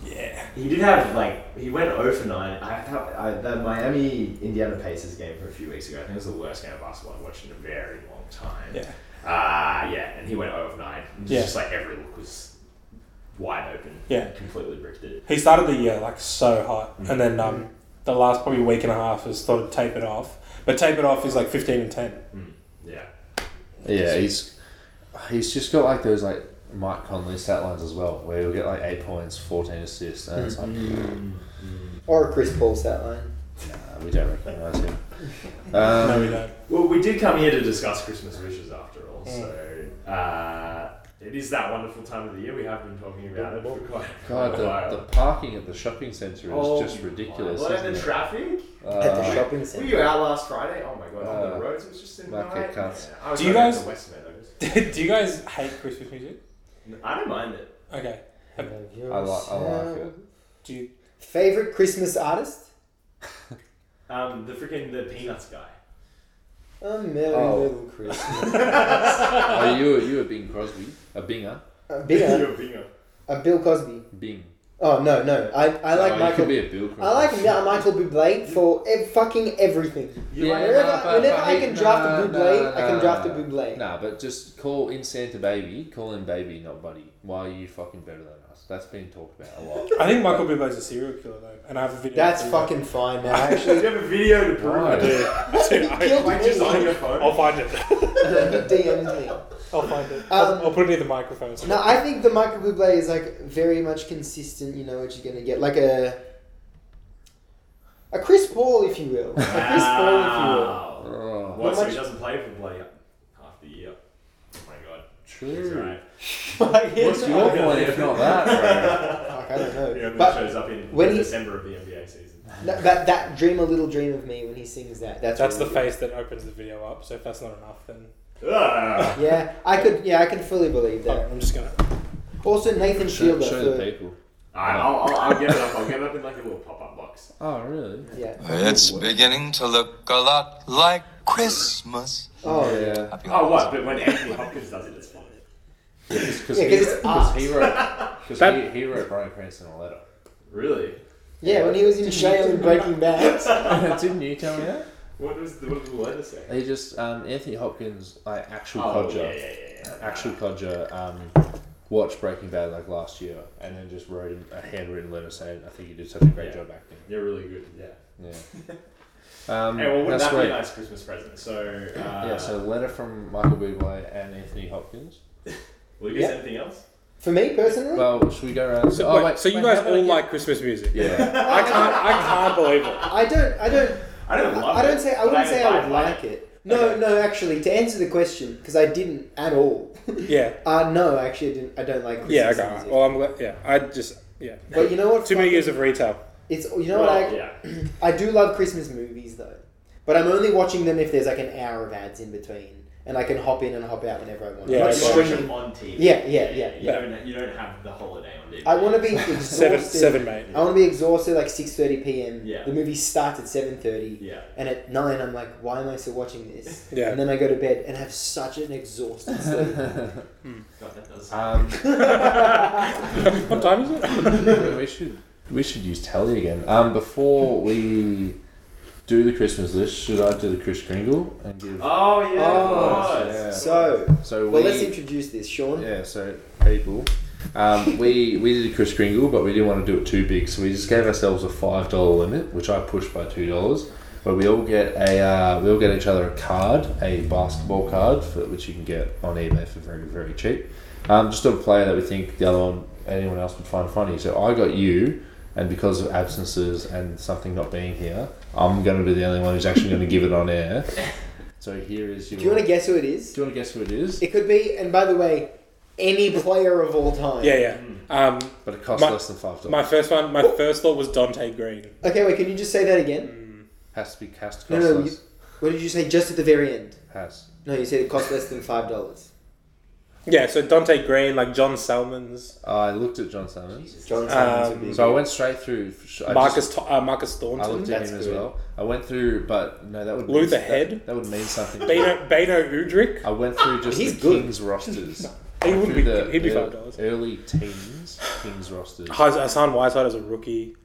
Speaker 3: yeah,
Speaker 6: He did have like he went 0 for 9. I, thought- I the Miami Indiana Pacers game from a few weeks ago. I think it was the worst game of basketball I've watched in a very long time. Uh,
Speaker 3: yeah,
Speaker 6: Ah, yeah, and he went 0 of 9. It was
Speaker 3: Yeah.
Speaker 6: Just like every look was wide open.
Speaker 3: Yeah.
Speaker 6: Completely bricked it.
Speaker 3: He started the year like so hot,
Speaker 4: Mm.
Speaker 3: and then um, the last probably week and a half has sort of tapered off. But tapered off is like fifteen and ten.
Speaker 6: Yeah.
Speaker 5: Yeah, he's he's just got like those like Mike Conley stat lines as well, where he'll get like eight points, fourteen assists, and it's like
Speaker 4: Mm-hmm. Or a Chris Paul stat line.
Speaker 5: nah, uh, we don't recognise him.
Speaker 4: Uh.
Speaker 3: no,
Speaker 5: Um,
Speaker 3: we don't.
Speaker 6: Well, we did come here to discuss Christmas wishes after all,
Speaker 5: Hmm.
Speaker 6: so uh, it is that wonderful time of the year. We have been talking about it for quite,
Speaker 5: God,
Speaker 6: quite a while.
Speaker 5: the, the parking at the shopping centre is
Speaker 6: Oh
Speaker 5: just ridiculous.
Speaker 6: What
Speaker 5: Isn't
Speaker 6: and the
Speaker 5: it?
Speaker 6: traffic?
Speaker 4: At the
Speaker 5: Uh,
Speaker 4: shopping
Speaker 6: Were
Speaker 4: centre.
Speaker 6: you out last Friday? Oh my god, on
Speaker 5: Uh,
Speaker 6: the roads, it was just in
Speaker 5: like a
Speaker 6: night.
Speaker 5: cut.
Speaker 6: Yeah, I was
Speaker 3: Do you
Speaker 6: driving
Speaker 3: guys-
Speaker 6: to West Meadows.
Speaker 3: Do you guys hate Christmas music?
Speaker 6: I don't mind it.
Speaker 3: Okay.
Speaker 5: I like I like it.
Speaker 3: Do you?
Speaker 4: Favorite Christmas artist?
Speaker 6: Um, the freaking the Peanuts guy.
Speaker 4: A merry
Speaker 5: Oh.
Speaker 4: little Christmas.
Speaker 5: Oh, you were you were Bing Crosby, a binger,
Speaker 4: a Bill,
Speaker 6: You're a binger.
Speaker 4: a Bill Cosby.
Speaker 5: Bing.
Speaker 4: Oh no, no. I, I like
Speaker 5: oh, You
Speaker 4: Michael.
Speaker 5: could be a Bill Crosby.
Speaker 4: I like Ma- Michael Bublé for ev- fucking everything.
Speaker 6: You
Speaker 5: Yeah,
Speaker 6: like
Speaker 4: Whenever,
Speaker 5: nah, but-
Speaker 4: whenever
Speaker 5: but
Speaker 4: I
Speaker 5: he-
Speaker 4: can draft
Speaker 5: nah,
Speaker 4: a Bublé,
Speaker 5: nah,
Speaker 4: I can
Speaker 5: nah,
Speaker 4: draft
Speaker 5: nah.
Speaker 4: a Bublé.
Speaker 5: Nah, but just call in Santa baby. Call him baby, not buddy. Why are you fucking better than us? That's been talked about a lot.
Speaker 3: I think Michael Bublé's a serial killer though, and I have a video.
Speaker 4: That's
Speaker 3: for you.
Speaker 4: fucking fine, man. I
Speaker 6: Do
Speaker 4: actually
Speaker 6: you have a video to prove
Speaker 5: Why?
Speaker 6: it?
Speaker 3: Dude,
Speaker 4: he
Speaker 3: I,
Speaker 4: killed me.
Speaker 6: Like just on
Speaker 4: He
Speaker 6: your phone.
Speaker 3: I'll find it.
Speaker 4: DM'd me.
Speaker 3: I'll find it. I'll,
Speaker 4: Um,
Speaker 3: I'll put it in the microphone. so-
Speaker 4: No, I think the Michael Bublé is like very much consistent. You know what you're gonna get, like a a Chris Paul, if you will, a Chris Paul, if you will.
Speaker 6: Wow.
Speaker 5: Oh,
Speaker 6: What? So he
Speaker 4: much-
Speaker 6: doesn't play for bloody half the year. Oh my god. He's
Speaker 5: true.
Speaker 6: right.
Speaker 4: Like,
Speaker 5: What's your point if not that,
Speaker 4: Fuck, I don't know.
Speaker 6: Yeah, but
Speaker 4: but
Speaker 6: shows up in
Speaker 4: when he-
Speaker 6: December of the NBA season.
Speaker 4: that, that that dream a little dream of me when he sings that. That's
Speaker 3: That's the
Speaker 4: really
Speaker 3: face that opens the video up. So if that's not enough, then
Speaker 6: Ah.
Speaker 4: good. Yeah, I could. Yeah, I can fully believe that.
Speaker 3: I'm just gonna.
Speaker 4: Also, Nathan
Speaker 5: bro? Show,
Speaker 4: Fielder.
Speaker 5: show
Speaker 4: for-
Speaker 5: the people.
Speaker 6: Alright, I'll, I'll, I'll get it up. I'll get it up in like a little pop-up box.
Speaker 5: Oh, really?
Speaker 4: yeah.
Speaker 7: It's beginning to look a lot like Christmas.
Speaker 4: Oh yeah.
Speaker 5: yeah.
Speaker 7: Happy
Speaker 6: Oh, what? But when Anthony Hopkins does it, it's fine.
Speaker 5: Because
Speaker 4: Yeah, 'cause
Speaker 5: he,
Speaker 4: it's
Speaker 5: cause he
Speaker 4: art.
Speaker 5: wrote, cause he, he wrote Brian Cranston a letter.
Speaker 6: Really?
Speaker 4: Yeah, when he was in jail and Breaking Bad.
Speaker 5: Didn't you tell me that?
Speaker 6: What was the, what did the letter say?
Speaker 5: He just um, Anthony Hopkins, like actual
Speaker 6: Oh,
Speaker 5: codger,
Speaker 6: yeah, yeah, yeah, yeah.
Speaker 5: actual codger, um, watched Breaking Bad like last year, and then just wrote him a handwritten letter saying, "I think you did such a great
Speaker 6: Yeah.
Speaker 5: job acting."
Speaker 6: You're really good. Yeah.
Speaker 5: Yeah. Um,
Speaker 6: Hey, well, wouldn't
Speaker 5: that's
Speaker 6: that
Speaker 5: right.
Speaker 6: be a nice Christmas present? So, uh,
Speaker 5: Yeah, so a letter from Michael Bublé and Anthony Hopkins.
Speaker 6: will you guys
Speaker 4: Yeah.
Speaker 6: anything else?
Speaker 4: For me personally,
Speaker 5: Well, should we go around?
Speaker 3: So,
Speaker 5: oh,
Speaker 3: wait,
Speaker 5: wait,
Speaker 3: so you
Speaker 5: wait,
Speaker 3: guys
Speaker 5: how about
Speaker 3: all
Speaker 5: I get-
Speaker 3: like Christmas music?
Speaker 5: Yeah.
Speaker 3: I can't. I can't believe it.
Speaker 4: I don't. I don't.
Speaker 6: I don't love
Speaker 4: I
Speaker 6: it.
Speaker 4: don't say. I
Speaker 6: but
Speaker 4: wouldn't say I would
Speaker 6: like
Speaker 4: like it. No, no. Actually, to answer the question, because I didn't at all.
Speaker 3: Yeah.
Speaker 4: Uh, no, actually, I, didn't, I don't like Christmas
Speaker 3: Yeah. Okay.
Speaker 4: music.
Speaker 3: Well, I'm. glad- Yeah. I just. Yeah.
Speaker 4: but you know what?
Speaker 3: Too many
Speaker 4: fucking-
Speaker 3: years of retail.
Speaker 4: It's you know
Speaker 6: Well,
Speaker 4: what I
Speaker 6: yeah.
Speaker 4: I do love Christmas movies though, but I'm only watching them if there's like an hour of ads in between, and I can hop in and hop out whenever I want.
Speaker 3: Yeah,
Speaker 4: I'm not
Speaker 6: Like,
Speaker 3: okay.
Speaker 6: you watch
Speaker 4: streaming.
Speaker 6: them on TV.
Speaker 4: Yeah, yeah, yeah,
Speaker 6: You,
Speaker 4: yeah.
Speaker 6: Don't, you don't have the holiday on DVD.
Speaker 4: I want to be exhausted.
Speaker 3: Seven. Seven, mate.
Speaker 4: I want to be exhausted like six thirty p.m.
Speaker 6: Yeah.
Speaker 4: The movie starts at seven thirty.
Speaker 6: Yeah.
Speaker 4: And at nine, I'm like, why am I still watching this?
Speaker 3: Yeah.
Speaker 4: And then I go to bed and have such an exhausted sleep.
Speaker 6: God, that does.
Speaker 5: um,
Speaker 3: What time is it?
Speaker 5: we should we should use Tally again. Um, before we do the Christmas list, should I do the Chris Kringle and give?
Speaker 6: oh yeah.
Speaker 4: Oh,
Speaker 6: of course.
Speaker 5: yeah.
Speaker 4: so,
Speaker 5: So
Speaker 4: well,
Speaker 5: we,
Speaker 4: let's introduce this, Sean.
Speaker 5: yeah, so people, um, we we did a Chris Kringle, but we didn't want to do it too big, so we just gave ourselves a five dollar limit, which I pushed by two dollars. But we all get a uh, we all get each other a card, a basketball card, for, which you can get on eBay for very very cheap. Um, just of a player that we think the other one anyone else would find funny. So I got you, and because of absences and something not being here, I'm going to be the only one who's actually going to give it on air. So here is your.
Speaker 4: Do you want to guess who it is?
Speaker 5: Do you want to guess who it is?
Speaker 4: It could be, and by the way, any player of all time.
Speaker 3: Yeah. Yeah. Um.
Speaker 5: But it costs
Speaker 3: My-
Speaker 5: less than five dollars.
Speaker 3: My first one. My first thought was Dante Green.
Speaker 4: Okay, wait, can you just say that
Speaker 3: Mm.
Speaker 4: again?
Speaker 5: Has to be cast
Speaker 4: No,
Speaker 5: cost
Speaker 4: no,
Speaker 5: less.
Speaker 4: you- What did you say just at the very end?
Speaker 5: Has.
Speaker 4: No, you said it cost less than five dollars.
Speaker 3: Yeah. So Dante Green, like John Salmons,
Speaker 5: I looked at John Salmons.
Speaker 4: John
Speaker 3: Um,
Speaker 4: Salmons would be
Speaker 5: So I went straight through. sh- I
Speaker 3: Marcus
Speaker 5: just-
Speaker 3: Th- uh, Marcus
Speaker 5: I looked
Speaker 3: Thornton,
Speaker 5: at
Speaker 4: that's
Speaker 5: him as
Speaker 4: good.
Speaker 5: well. I went through, but no, that would
Speaker 3: Luther
Speaker 5: that-
Speaker 3: Head?
Speaker 5: That would mean something.
Speaker 3: Beno Beno Udrich.
Speaker 5: I went through just
Speaker 4: He's
Speaker 5: the
Speaker 4: good.
Speaker 5: Kings rosters.
Speaker 3: He wouldn't be.
Speaker 5: Through the
Speaker 3: He'd be
Speaker 5: ear-
Speaker 3: five dollars.
Speaker 5: Early teens Kings rosters.
Speaker 3: Hassan Whiteside as a rookie.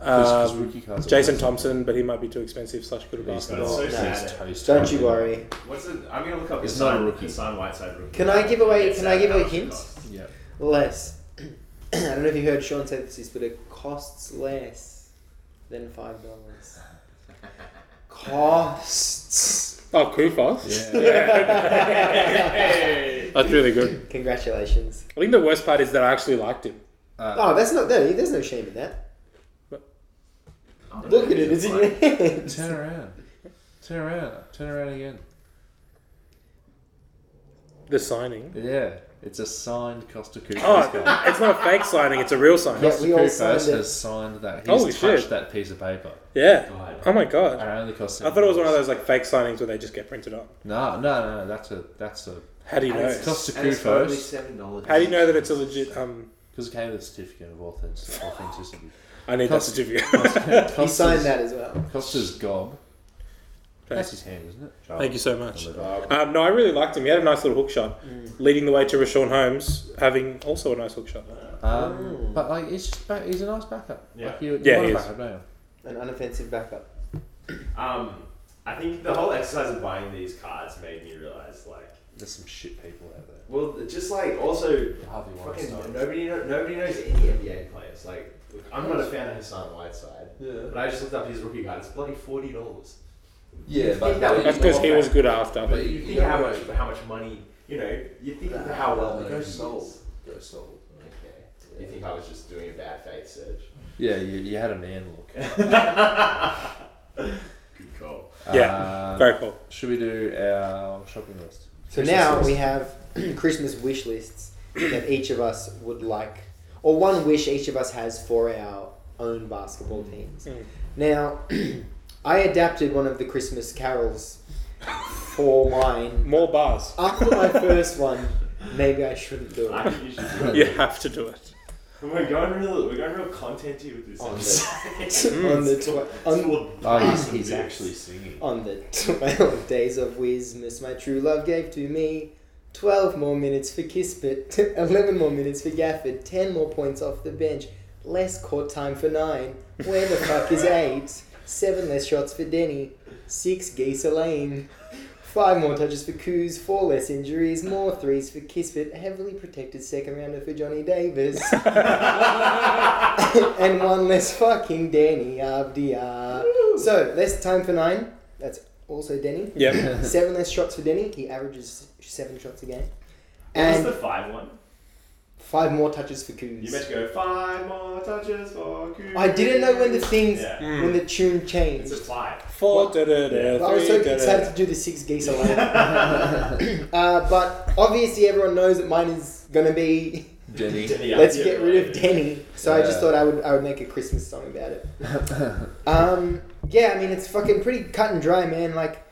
Speaker 5: Because
Speaker 3: Um,
Speaker 5: Uh, rookie cards. are
Speaker 3: Jason
Speaker 5: worth-
Speaker 3: Thompson, but he might be too expensive slash good at
Speaker 5: He's
Speaker 3: basketball.
Speaker 5: not.
Speaker 6: So
Speaker 5: He's
Speaker 6: sad.
Speaker 5: toast.
Speaker 4: Don't you worry.
Speaker 6: What's it? I'm gonna look up.
Speaker 5: It's
Speaker 6: Hassan-
Speaker 5: not a rookie.
Speaker 6: Hassan Whiteside rookie.
Speaker 4: Can I give away-
Speaker 6: It's
Speaker 4: can I give
Speaker 6: how
Speaker 4: away
Speaker 6: much it
Speaker 4: hints?
Speaker 6: costs.
Speaker 5: Yeah.
Speaker 4: Less. I don't know if you heard Sean say this, but it costs less than five dollars. Costs.
Speaker 3: Oh, Kufos. That's really good.
Speaker 4: Congratulations.
Speaker 3: I think the worst part is that I actually liked him.
Speaker 4: Oh, that's not there. There's no shame in that. Look at it. It's in your hands.
Speaker 5: Turn around. Turn around. Turn around again.
Speaker 3: The signing.
Speaker 5: Yeah. It's a signed Costa Kufos
Speaker 3: Oh,
Speaker 5: card.
Speaker 3: it's not a fake signing, it's a real signing.
Speaker 4: Yeah, we all signed
Speaker 5: Kufos
Speaker 4: it.
Speaker 5: has signed that. He's
Speaker 3: Holy
Speaker 5: touched
Speaker 3: shit.
Speaker 5: that piece of paper.
Speaker 3: Yeah.
Speaker 6: God.
Speaker 3: Oh my god.
Speaker 5: And it only cost
Speaker 3: I thought it was one of those like fake signings where they just get printed up.
Speaker 5: No, no, no. That's a. That's a.
Speaker 3: How do you
Speaker 6: And
Speaker 3: know?
Speaker 6: it's
Speaker 3: How
Speaker 5: Costa
Speaker 6: And it's probably
Speaker 5: Kufos.
Speaker 6: seven dollars.
Speaker 3: do you know that it's a legit um
Speaker 5: Because it came with a certificate of authentic- authenticity.
Speaker 3: I need that
Speaker 5: Costa-
Speaker 3: certificate.
Speaker 4: He
Speaker 5: Costa's-
Speaker 4: signed that as well.
Speaker 5: Costa's gob. That's his hand, isn't it?
Speaker 3: Thank you so much.
Speaker 5: On the gob.
Speaker 3: Um, no, I really liked him. He had a nice little hook shot,
Speaker 4: Mm.
Speaker 3: leading the way to Rashawn Holmes having also a nice hook shot.
Speaker 4: Uh,
Speaker 5: Um, but like, he's just back, he's a nice backup.
Speaker 6: Yeah.
Speaker 5: Like, you, you
Speaker 3: Yeah,
Speaker 5: want
Speaker 3: he is.
Speaker 5: a backup, don't you?
Speaker 4: An unoffensive backup.
Speaker 6: Um, I think the whole exercise of buying these cards made me realize, like,
Speaker 5: There's some shit people out there.
Speaker 6: well, just like also,
Speaker 5: Harvey
Speaker 6: fucking
Speaker 5: Weinstein.
Speaker 6: nobody, know, nobody knows any NBA players. Like, I'm not a fan of Hassan Whiteside, but I just looked up his rookie card. It's bloody forty dollars.
Speaker 5: Yeah,
Speaker 6: but- that would
Speaker 3: That's because he was good after.
Speaker 5: But
Speaker 6: You think how much, how much money, you know, you think of how well known he is.
Speaker 5: Go sold.
Speaker 6: Okay. You think I was just doing a bad faith search?
Speaker 5: Yeah, you, you had a man look.
Speaker 6: Good call.
Speaker 3: Yeah,
Speaker 5: Uh,
Speaker 3: very cool.
Speaker 5: Should we do our shopping list?
Speaker 4: So now we have Christmas wish lists that each of us would like, or one wish each of us has for our own basketball teams. Now, I adapted one of the Christmas carols for mine.
Speaker 3: More bars.
Speaker 4: After my first one, maybe I shouldn't do
Speaker 6: I
Speaker 4: it.
Speaker 6: think you should do it.
Speaker 3: You have to do it.
Speaker 6: We're going real, we're going real contenty with this.
Speaker 4: On
Speaker 6: episode.
Speaker 4: on the tw- on,
Speaker 5: Oh, he's,
Speaker 6: Awesome,
Speaker 5: he's
Speaker 6: dude.
Speaker 5: actually singing.
Speaker 4: on the twelve days of Wismas, my true love gave to me. Twelve more minutes for Kispert, eleven more minutes for Gafford, ten more points off the bench, less court time for nine. Where the fuck is eight? Seven less shots for Denny, six geese Lane. Five more touches for Coos, four less injuries, more threes for Kispert, heavily protected second rounder for Johnny Davis. and one less fucking Danny Avdia. So, less time for nine. That's also Denny.
Speaker 3: Yep.
Speaker 4: Seven less shots for Denny. He averages seven shots a game.
Speaker 6: What's the
Speaker 4: And
Speaker 6: five one?
Speaker 4: five more touches for
Speaker 6: You
Speaker 4: Coos.
Speaker 6: meant to go five more touches for Cooper.
Speaker 4: I didn't know when the things, Mm.
Speaker 6: Yeah.
Speaker 4: when the tune
Speaker 6: It's
Speaker 4: changed.
Speaker 6: a five.
Speaker 3: Four, da, da,
Speaker 4: But
Speaker 3: da,
Speaker 4: I was so
Speaker 3: three, da,
Speaker 4: excited
Speaker 3: da.
Speaker 4: to do the six geese alone. uh, but obviously, everyone knows that mine is gonna be
Speaker 5: Denny.
Speaker 6: Denny,
Speaker 4: let's
Speaker 6: yeah,
Speaker 4: get
Speaker 6: right.
Speaker 4: rid of Denny. So I just
Speaker 5: Yeah.
Speaker 4: thought I would I would make a Christmas song about it. um, yeah, I mean it's fucking pretty cut and dry, man. Like,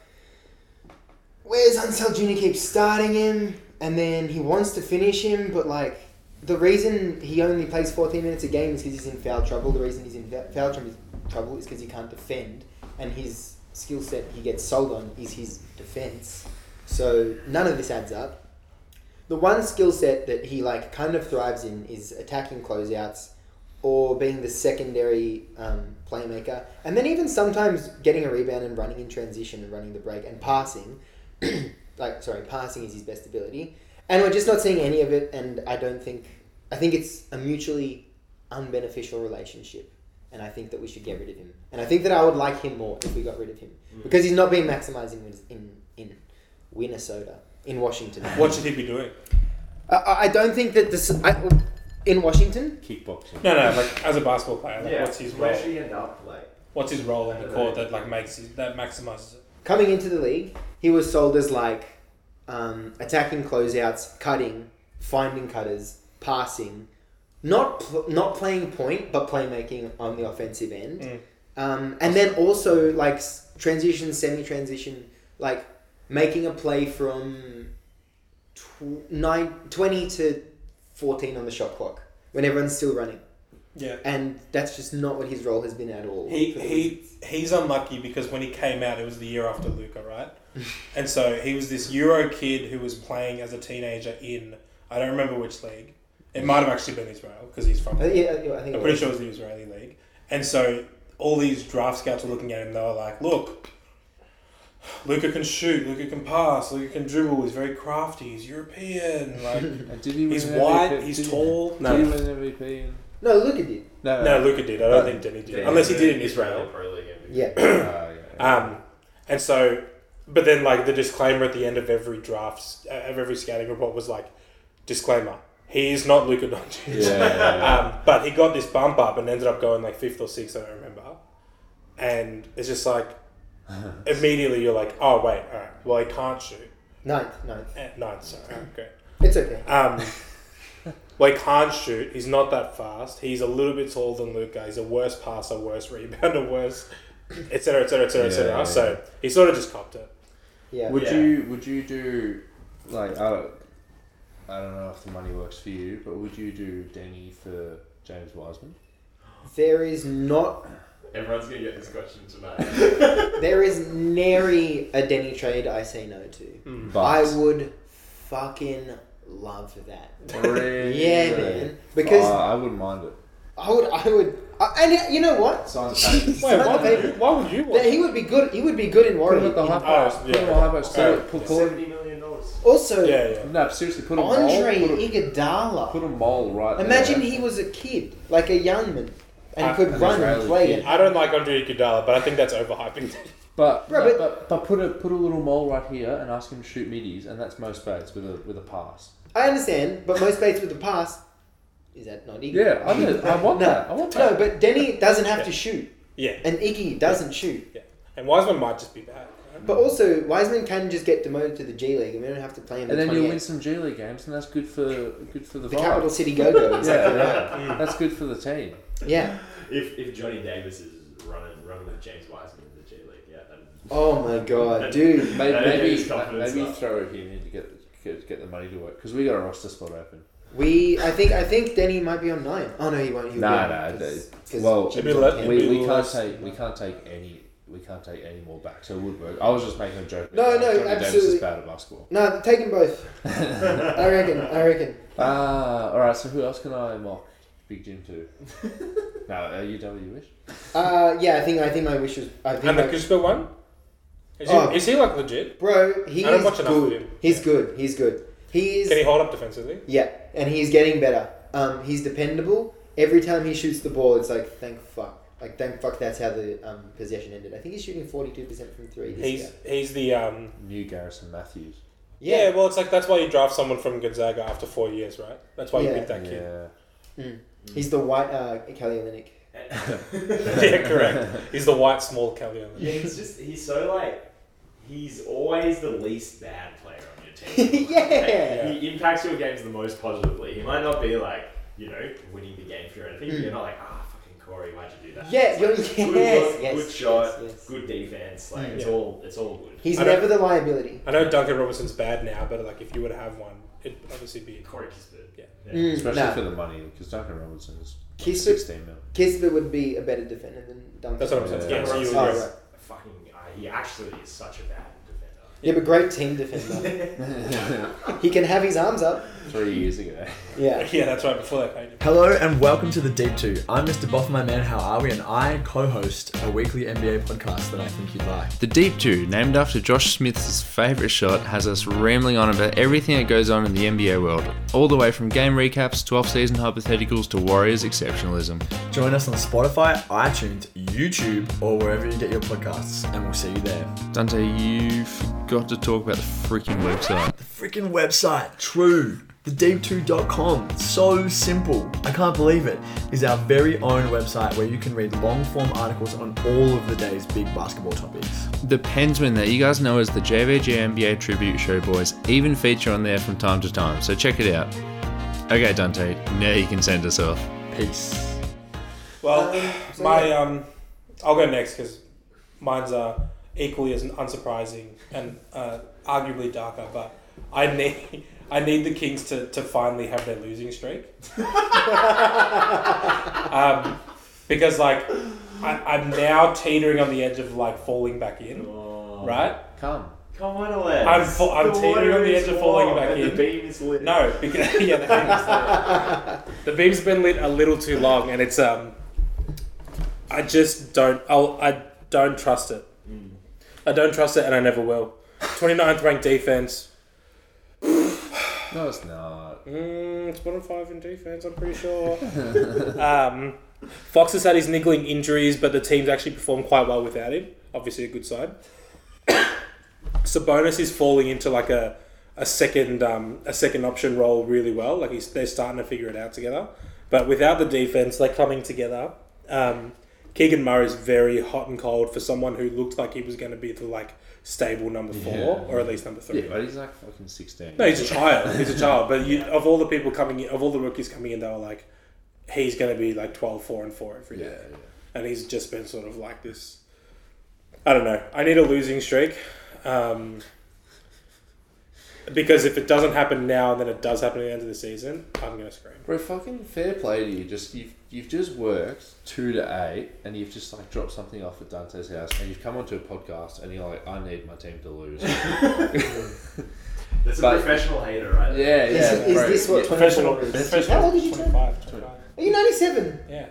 Speaker 4: where's Unsell Junior keeps starting him, and then he wants to finish him, but like the reason he only plays 14 minutes a game is because he's in foul trouble. The reason he's in fou- foul trouble is- trouble is because he can't defend, and his skill set he gets sold on is his defense. So none of this adds up. The one skill set that he like kind of thrives in is attacking closeouts or being the secondary um, playmaker, and then even sometimes getting a rebound and running in transition and running the break and passing. like sorry, passing is his best ability, and we're just not seeing any of it. And I don't think I think it's a mutually unbeneficial relationship, and I think that we should get rid of him. And I think that I would like him more if we got rid of him because he's not being maximized in in in Minnesota in Washington.
Speaker 3: What should he be doing?
Speaker 4: I- I, I don't think that this I, in Washington.
Speaker 5: Kickboxing.
Speaker 3: No, no. Like as a basketball player, like,
Speaker 6: Yeah.
Speaker 3: what's his
Speaker 6: Where
Speaker 3: role?
Speaker 6: should he end up? Like,
Speaker 3: What's his role in the court that like makes his, that maximizes it?
Speaker 4: coming into the league, he was sold as like um, attacking closeouts, cutting, finding cutters, passing, not pl- not playing point, but playmaking on the offensive end, um, and then also like s- transition, semi-transition, like making a play from tw- nine, 20 to fourteen on the shot clock when everyone's still running,
Speaker 3: Yeah.
Speaker 4: and that's just not what his role has been at all.
Speaker 3: He he he's unlucky because when he came out, it was the year after Luca, right? and so he was this Euro kid who was playing as a teenager in I don't remember which league. It might have actually been Israel because he's from.
Speaker 4: Uh, yeah, I think it
Speaker 3: I'm
Speaker 4: was.
Speaker 3: pretty sure it was the Israeli league. And so all these draft scouts were looking at him. They were like, "Look, Luca can shoot, Luca can pass, Luca can dribble, he's very crafty, he's European, like
Speaker 5: And did he win
Speaker 3: he's
Speaker 5: an MVP?
Speaker 3: white, he's
Speaker 5: Did he-
Speaker 3: tall.
Speaker 5: Did he
Speaker 3: No,
Speaker 5: win an MVP? In...
Speaker 4: No, look at you.
Speaker 5: No,
Speaker 3: no, Luca did. I don't think Denny did. Unless he did in Israel.
Speaker 6: Pro League MVP.
Speaker 4: Yeah.
Speaker 5: Ah, yeah.
Speaker 3: Um, and so, but then like the disclaimer at the end of every draft, uh, of every scouting report was like, disclaimer, he is not Luca Doncic.
Speaker 5: yeah.
Speaker 3: Um, but he got this bump up and ended up going like fifth or sixth, I don't remember. And it's just like, immediately you're like, oh wait, all right, well he can't shoot.
Speaker 4: Ninth, ninth.
Speaker 3: Eh, Ninth, sorry, great.
Speaker 4: It's okay.
Speaker 3: Um, well, he can't shoot. He's not that fast. He's a little bit taller than Luca. He's a worse passer, worse rebounder, worse, etc., etc., etc.,
Speaker 5: Yeah, yeah,
Speaker 3: etc. So he sort of just copped it.
Speaker 4: Yeah.
Speaker 5: Would
Speaker 6: Yeah.
Speaker 5: you would you do like I don't, I don't know if the money works for you, but would you do Denny for James Wiseman?
Speaker 4: There is not,
Speaker 6: Everyone's gonna get this question tonight.
Speaker 4: there is nary a Denny trade I say no to.
Speaker 5: But
Speaker 4: I would fucking love that.
Speaker 5: really,
Speaker 4: Yeah, man. Because
Speaker 5: Oh, I wouldn't mind it.
Speaker 4: I would, I would, I, and you know what?
Speaker 5: Sign the paper.
Speaker 3: Wait,
Speaker 4: Sign the
Speaker 3: why,
Speaker 4: paper.
Speaker 3: would, why would you
Speaker 4: That
Speaker 3: want?
Speaker 4: he would be good. He would be good in
Speaker 5: Put him
Speaker 4: Warrior.
Speaker 5: at the high
Speaker 4: oh,
Speaker 5: post. Put him
Speaker 3: yeah.
Speaker 5: at the high post. Put, it- put, put,
Speaker 6: Seventy million dollars.
Speaker 4: also,
Speaker 3: yeah, yeah.
Speaker 5: no, seriously, put a mole.
Speaker 4: Andre
Speaker 5: Put a,
Speaker 4: Iguodala.
Speaker 5: put a mole right.
Speaker 4: Imagine
Speaker 5: there.
Speaker 4: he was a kid, like a young man, and
Speaker 3: Uh,
Speaker 4: could
Speaker 5: an
Speaker 4: run and
Speaker 5: Ah, Israeli
Speaker 4: play.
Speaker 5: kid.
Speaker 4: it.
Speaker 3: I don't like Andre Iguodala, but I think that's overhyping.
Speaker 5: But,
Speaker 4: Bro,
Speaker 5: but,
Speaker 4: but-
Speaker 5: but put a put a little mole right here and ask him to shoot middies, and that's most bats with a with a pass.
Speaker 4: I understand, but most baits with the pass, is that not Iggy?
Speaker 5: Yeah, I know. I want
Speaker 4: no.
Speaker 5: that. I want that.
Speaker 4: No, but Denny doesn't have to shoot,
Speaker 3: yeah,
Speaker 4: and Iggy doesn't shoot.
Speaker 3: yeah. And Wiseman might just be bad.
Speaker 4: But also, Wiseman can just get demoted to the G League, and we don't have to play him.
Speaker 5: and
Speaker 4: at
Speaker 5: then you'll
Speaker 4: 28.
Speaker 5: win some G League games, and that's good for good for the,
Speaker 4: the
Speaker 5: vibe.
Speaker 4: capital city Mm. go-go. It's
Speaker 5: Yeah,
Speaker 4: like,
Speaker 5: yeah. that's good for the team.
Speaker 4: yeah.
Speaker 6: If if Johnny Davis is running running with James Wiseman in the G League, yeah, then
Speaker 4: Oh my god, dude.
Speaker 5: Maybe
Speaker 6: Yeah,
Speaker 5: maybe,
Speaker 6: he's confidence
Speaker 5: maybe
Speaker 6: up.
Speaker 5: throw him in to get get, get the money to work because we got a roster spot open.
Speaker 4: We, I think, I think Denny might be on nine. Oh no, he won't. He'll
Speaker 5: Nah,
Speaker 4: be
Speaker 5: nah,
Speaker 4: on, 'cause-
Speaker 5: dude.
Speaker 4: 'cause
Speaker 5: Well,
Speaker 3: It'd
Speaker 4: Jimmy
Speaker 3: be le-
Speaker 4: Butler
Speaker 3: it'd
Speaker 4: can't.
Speaker 5: We,
Speaker 3: be
Speaker 5: we can't
Speaker 3: less-
Speaker 5: take we can't take any we can't take any more back. So it would work. I was just making a joke.
Speaker 4: No, no,
Speaker 5: Johnny Davis
Speaker 4: absolutely.
Speaker 5: is bad at basketball.
Speaker 4: No, take them both. I reckon. I reckon.
Speaker 5: Ah, all right. So who else can I mock? Big Jim too. no, are you done with your wish?
Speaker 4: Uh, yeah, I think. I think my wish was. I think.
Speaker 3: And the
Speaker 4: my-
Speaker 3: Kuzma one, is he,
Speaker 4: Oh.
Speaker 3: is he like legit?
Speaker 4: bro, he
Speaker 3: I don't
Speaker 4: is
Speaker 3: watch enough of
Speaker 4: good.
Speaker 3: him.
Speaker 4: He's good. He's good. He is.
Speaker 3: Can he hold up defensively?
Speaker 4: Yeah, and he's getting better. Um, he's dependable. Every time he shoots the ball, it's like thank fuck. Like thank fuck. That's how the um, possession ended. I think he's shooting forty-two percent from three. This
Speaker 3: He's
Speaker 4: year.
Speaker 3: he's the um.
Speaker 5: New Garrison Matthews.
Speaker 3: Yeah, well, it's like that's why you draft someone from Gonzaga after four years, right? That's why you
Speaker 4: Yeah.
Speaker 3: pick that kid.
Speaker 5: Yeah.
Speaker 4: Mm. he's the white uh, Kelly Olynyk.
Speaker 3: yeah, correct. He's the white small Kelly. Olynyk.
Speaker 6: yeah, he's just he's so like he's always the least bad player on your team.
Speaker 4: yeah.
Speaker 6: He impacts your games the most positively. He might not be like, you know, winning the game for anything, but you're not like, ah, fucking Corey, why'd you do that?
Speaker 4: Yeah,
Speaker 6: It's like,
Speaker 4: you're-
Speaker 6: good
Speaker 4: yes,
Speaker 6: look,
Speaker 4: yes,
Speaker 6: good shot,
Speaker 4: yes, yes.
Speaker 6: good defense. Like it's
Speaker 3: Yeah.
Speaker 6: all it's all good.
Speaker 4: He's
Speaker 3: I don't-
Speaker 4: never the liability.
Speaker 3: I know Duncan Robinson's bad now, but like if you were to have one, it'd obviously be.
Speaker 6: Corey Kispert.
Speaker 3: Yeah.
Speaker 4: Mm,
Speaker 5: Especially
Speaker 4: nah.
Speaker 5: for the money, because Duncan Robinson is like
Speaker 4: He's-
Speaker 5: sixteen mil.
Speaker 4: Kisper would be a better defender than Duncan.
Speaker 3: That's what I'm saying.
Speaker 5: Yeah.
Speaker 3: Yeah, so you
Speaker 6: Duncan
Speaker 3: would
Speaker 4: Oh,
Speaker 3: go-
Speaker 4: right.
Speaker 6: Fucking uh, he actually is such a bad defender.
Speaker 4: Yeah, but great team defender. he can have his arms up.
Speaker 5: Three years ago.
Speaker 4: Yeah.
Speaker 3: yeah, that's right. Before they paid him.
Speaker 8: Hello and welcome to the Deep Two. I'm Mr. Boff, my man. How are we? And I co-host a weekly NBA podcast that I think you'd like.
Speaker 9: The Deep 2, named after Josh Smith's favourite shot, has us rambling on about everything that goes on in the NBA world, all the way from game recaps to off-season hypotheticals to Warriors exceptionalism.
Speaker 8: Join us on Spotify, iTunes, YouTube, or wherever you get your podcasts, and we'll see you there.
Speaker 9: Dante, you forgot to talk about the freaking website.
Speaker 8: The freaking website, True, thedeep2.com. So simple. I can't believe it. Is our very own website where you can read long-form articles on all of the day's big basketball topics.
Speaker 9: The Pensmen that you guys know as the JVG NBA Tribute Show Boys even feature on there from time to time, so check it out. Okay, Dante, now you can send us off.
Speaker 8: Peace.
Speaker 3: Well,
Speaker 4: so
Speaker 3: my um, I'll go next because mine's are equally as unsurprising and uh, arguably darker. But I need I need the Kings to, to finally have their losing streak. um, because like I, I'm now teetering on the edge of like falling back in, right?
Speaker 5: Come.
Speaker 6: Come on, Alex.
Speaker 3: I'm fa- I'm teetering
Speaker 6: water
Speaker 3: on the
Speaker 6: is
Speaker 3: edge of falling
Speaker 6: warm
Speaker 3: back
Speaker 6: and
Speaker 3: in.
Speaker 6: The beam is lit.
Speaker 3: No, because yeah, the beam's, the beam's been lit a little too long, and it's
Speaker 6: Mm.
Speaker 3: um, I just don't I'll, I don't trust it. I don't trust it, and I never will. 29th ranked defense.
Speaker 5: No, it's not.
Speaker 3: Mm, it's bottom five in defense. I'm pretty sure. um, Fox has had his niggling injuries, but the team's actually performed quite well without him. Obviously, a good sign. Sabonis is falling into like a a second um, a second option role really well. Like he's, they're starting to figure it out together. But without the defense, they're coming together. Um, Keegan Murray's very hot and cold for someone who looked like he was going to be the like stable number four
Speaker 5: Yeah.
Speaker 3: or at least number three.
Speaker 5: Yeah, but he's like fucking 16.
Speaker 3: No, he's a child. He's a child. But you, of all the people coming in, of all the rookies coming in, they were like, he's going to be like 12, 4 and 4 every day.
Speaker 5: yeah, yeah.
Speaker 3: And he's just been sort of like this. I don't know. I need a losing streak. Um, because if it doesn't happen now and then it does happen at the end of the season, I'm going to scream.
Speaker 5: Bro, fucking fair play to you. Just you've you've just worked two to eight, and you've just like dropped something off at Dante's house, and you've come onto a podcast, and you're like, I need my team to lose. yeah,
Speaker 6: That's a
Speaker 5: But-
Speaker 6: professional hater, right? there.
Speaker 5: yeah.
Speaker 4: Is, is
Speaker 5: bro,
Speaker 4: this what
Speaker 5: yeah.
Speaker 4: 24 is? How old did you turn? Are
Speaker 3: 25, 25.
Speaker 4: you 97?
Speaker 3: Yeah.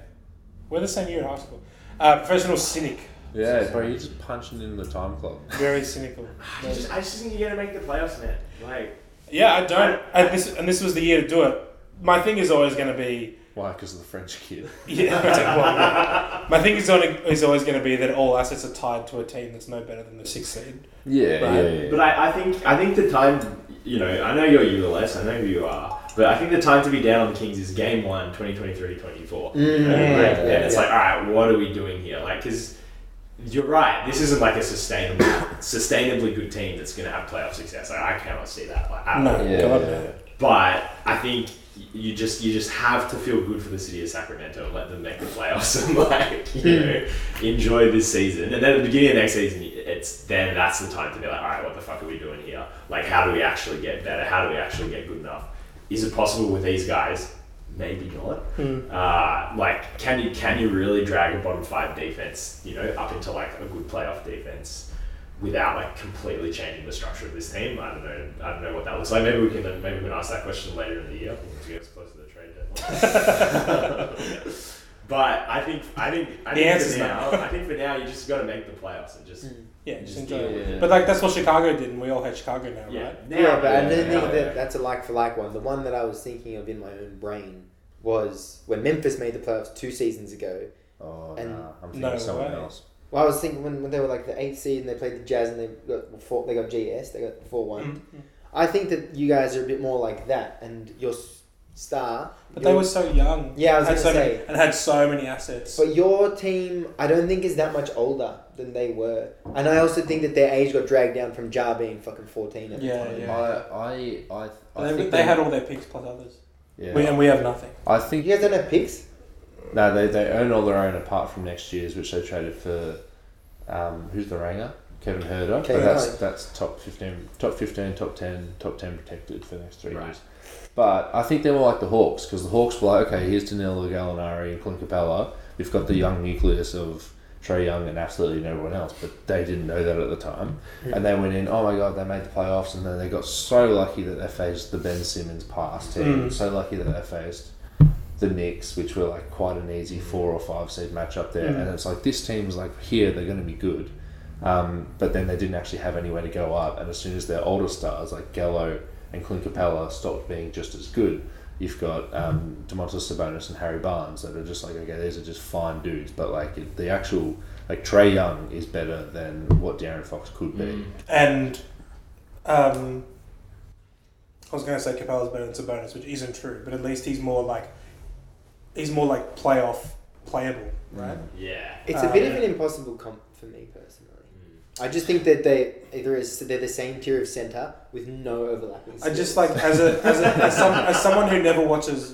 Speaker 3: We're the same year in high school. Uh, professional cynic.
Speaker 5: Yeah, bro, you're just punching in the time clock.
Speaker 3: Very cynical.
Speaker 6: I just, I just think you're gonna make the playoffs, man. Like,
Speaker 3: Yeah, I don't. And this, and this was the year to do it. My thing is always going to be.
Speaker 5: Why? Because of the French kid.
Speaker 3: Yeah, well, yeah. My thing is, on, is always going to be that all assets are tied to a team that's no better than the sixth seed.
Speaker 5: Yeah,
Speaker 3: But-
Speaker 5: yeah, yeah.
Speaker 6: but I, I think, I think the time, you know, I know you're ULS, I know who you are, but I think the time to be down on the Kings is game one, 2023-24. You know, like,
Speaker 5: Mm, yeah,
Speaker 6: and it's like, all right, what are we doing here? Like, because you're right, this isn't like a sustainable, sustainably good team that's gonna have playoff success. Like, I cannot see that. Like, at all.
Speaker 3: No,
Speaker 5: Yeah,
Speaker 3: God,
Speaker 5: yeah.
Speaker 3: no.
Speaker 6: But I think you just you just have to feel good for the city of Sacramento and let them make the playoffs and like you know enjoy this season. And then at the beginning of next season, it's then that's the time to be like, all right, what the fuck are we doing here? Like, how do we actually get better? How do we actually get good enough? Is it possible with these guys? Maybe not. Uh, like, can you can you really drag a bottom five defense, you know, up into like a good playoff defense? without like completely changing the structure of this team. I don't know. I don't know what that looks like. Maybe we can uh, maybe we can ask that question later in the year once we get close to the trade deadline. but I think I think I
Speaker 3: The
Speaker 6: think
Speaker 3: answer's
Speaker 6: for
Speaker 3: no.
Speaker 6: now I think for now you just got to make the playoffs and just
Speaker 4: Hmm.
Speaker 3: Yeah, just
Speaker 6: Just
Speaker 3: enjoy
Speaker 6: deal
Speaker 3: it.
Speaker 5: with it.
Speaker 3: But like that's what Chicago did, and we all hate Chicago now,
Speaker 6: yeah.
Speaker 3: right?
Speaker 6: Now,
Speaker 4: Yeah, but and
Speaker 6: yeah,
Speaker 4: then
Speaker 6: now,
Speaker 4: the,
Speaker 6: yeah.
Speaker 4: the, that's a like for like one. The one that I was thinking of in my own brain was when Memphis made the playoffs two seasons ago.
Speaker 5: Oh,
Speaker 4: And-
Speaker 5: nah, I'm thinking
Speaker 3: No
Speaker 5: of someone
Speaker 3: way.
Speaker 5: else.
Speaker 4: Well, I was thinking when, when they were like the eighth seed and they played the Jazz and they got four, they got GS, they got four one. I think that you guys are a bit more like that, and your s- star.
Speaker 3: But
Speaker 4: your-
Speaker 3: they were so young.
Speaker 4: Yeah, I was
Speaker 3: had
Speaker 4: gonna
Speaker 3: so
Speaker 4: say.
Speaker 3: many, and had so many assets.
Speaker 4: But your team, I don't think is that much older than they were, and I also think that their age got dragged down from Jar being fucking fourteen. At the
Speaker 3: yeah,
Speaker 4: time.
Speaker 3: yeah.
Speaker 5: I, I, I, I
Speaker 3: they,
Speaker 5: think
Speaker 3: they had all their picks plus others, we,
Speaker 5: Yeah.
Speaker 3: and we have nothing.
Speaker 5: I think
Speaker 4: You guys don't have picks.
Speaker 5: No, they, they own all their own apart from next year's, which they traded for. Um, who's the ranger? Kevin Herder.
Speaker 4: Kevin
Speaker 5: that's
Speaker 4: Herder.
Speaker 5: that's top fifteen, top fifteen, top ten, top ten protected for the next three
Speaker 6: Right.
Speaker 5: years. But I think they were like the Hawks because the Hawks were like, okay, here's Danilo Gallinari and Clint Capella. We've got the young nucleus of Trey Young and absolutely no one else, but they didn't know that at the time.
Speaker 4: Hmm.
Speaker 5: And they went in, oh my god, they made the playoffs, and then they got so lucky that they faced the Ben Simmons past
Speaker 4: Hmm.
Speaker 5: team, so lucky that they faced the Knicks, which were like quite an easy four or five seed matchup there, and it's like this team was like here they're going to be good, um, but then they didn't actually have anywhere to go up, and as soon as their older stars like Gallo and Clint Capella stopped being just as good, you've got um, Demontis Sabonis and Harry Barnes that are just like okay these are just fine dudes, but like it- the actual like Trey Young is better than what Darren Fox could be.
Speaker 3: And um, I was going to say Capella's better than Sabonis, which isn't true. But at least he's more like he's more like playoff playable, right?
Speaker 6: yeah.
Speaker 4: It's a
Speaker 3: Uh,
Speaker 4: bit of an impossible comp for me personally. I just think that they either is they're the same tier of center with no overlapping.
Speaker 3: I
Speaker 4: skills.
Speaker 3: just like as a as, a, as, some, as someone who never watches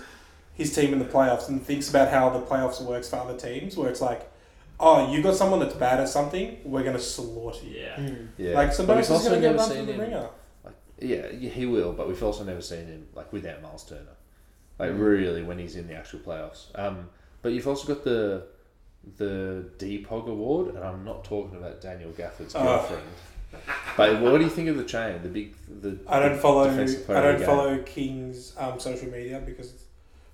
Speaker 3: his team in the playoffs and thinks about how the playoffs works for other teams, where it's like, oh, you got someone that's bad at something, we're gonna slaughter you.
Speaker 4: Hmm.
Speaker 6: Yeah.
Speaker 5: Yeah,
Speaker 3: Like
Speaker 5: But
Speaker 3: somebody's
Speaker 5: we've
Speaker 3: just
Speaker 5: also
Speaker 3: gonna get
Speaker 5: never
Speaker 3: run through
Speaker 5: seen
Speaker 3: the
Speaker 5: him-
Speaker 3: ringer.
Speaker 5: Like, yeah, yeah, he will, but we've also never seen him like without Miles Turner,
Speaker 3: Mm.
Speaker 5: like really when he's in the actual playoffs. Um, but you've also got the the DPOG award, and I'm not talking about Daniel Gafford's
Speaker 3: Oh.
Speaker 5: girlfriend. But what do you think of the chain? The big the
Speaker 3: I
Speaker 5: the
Speaker 3: don't follow
Speaker 5: defensive
Speaker 3: I
Speaker 5: player of
Speaker 3: don't
Speaker 5: the
Speaker 3: follow King's um, social media because it's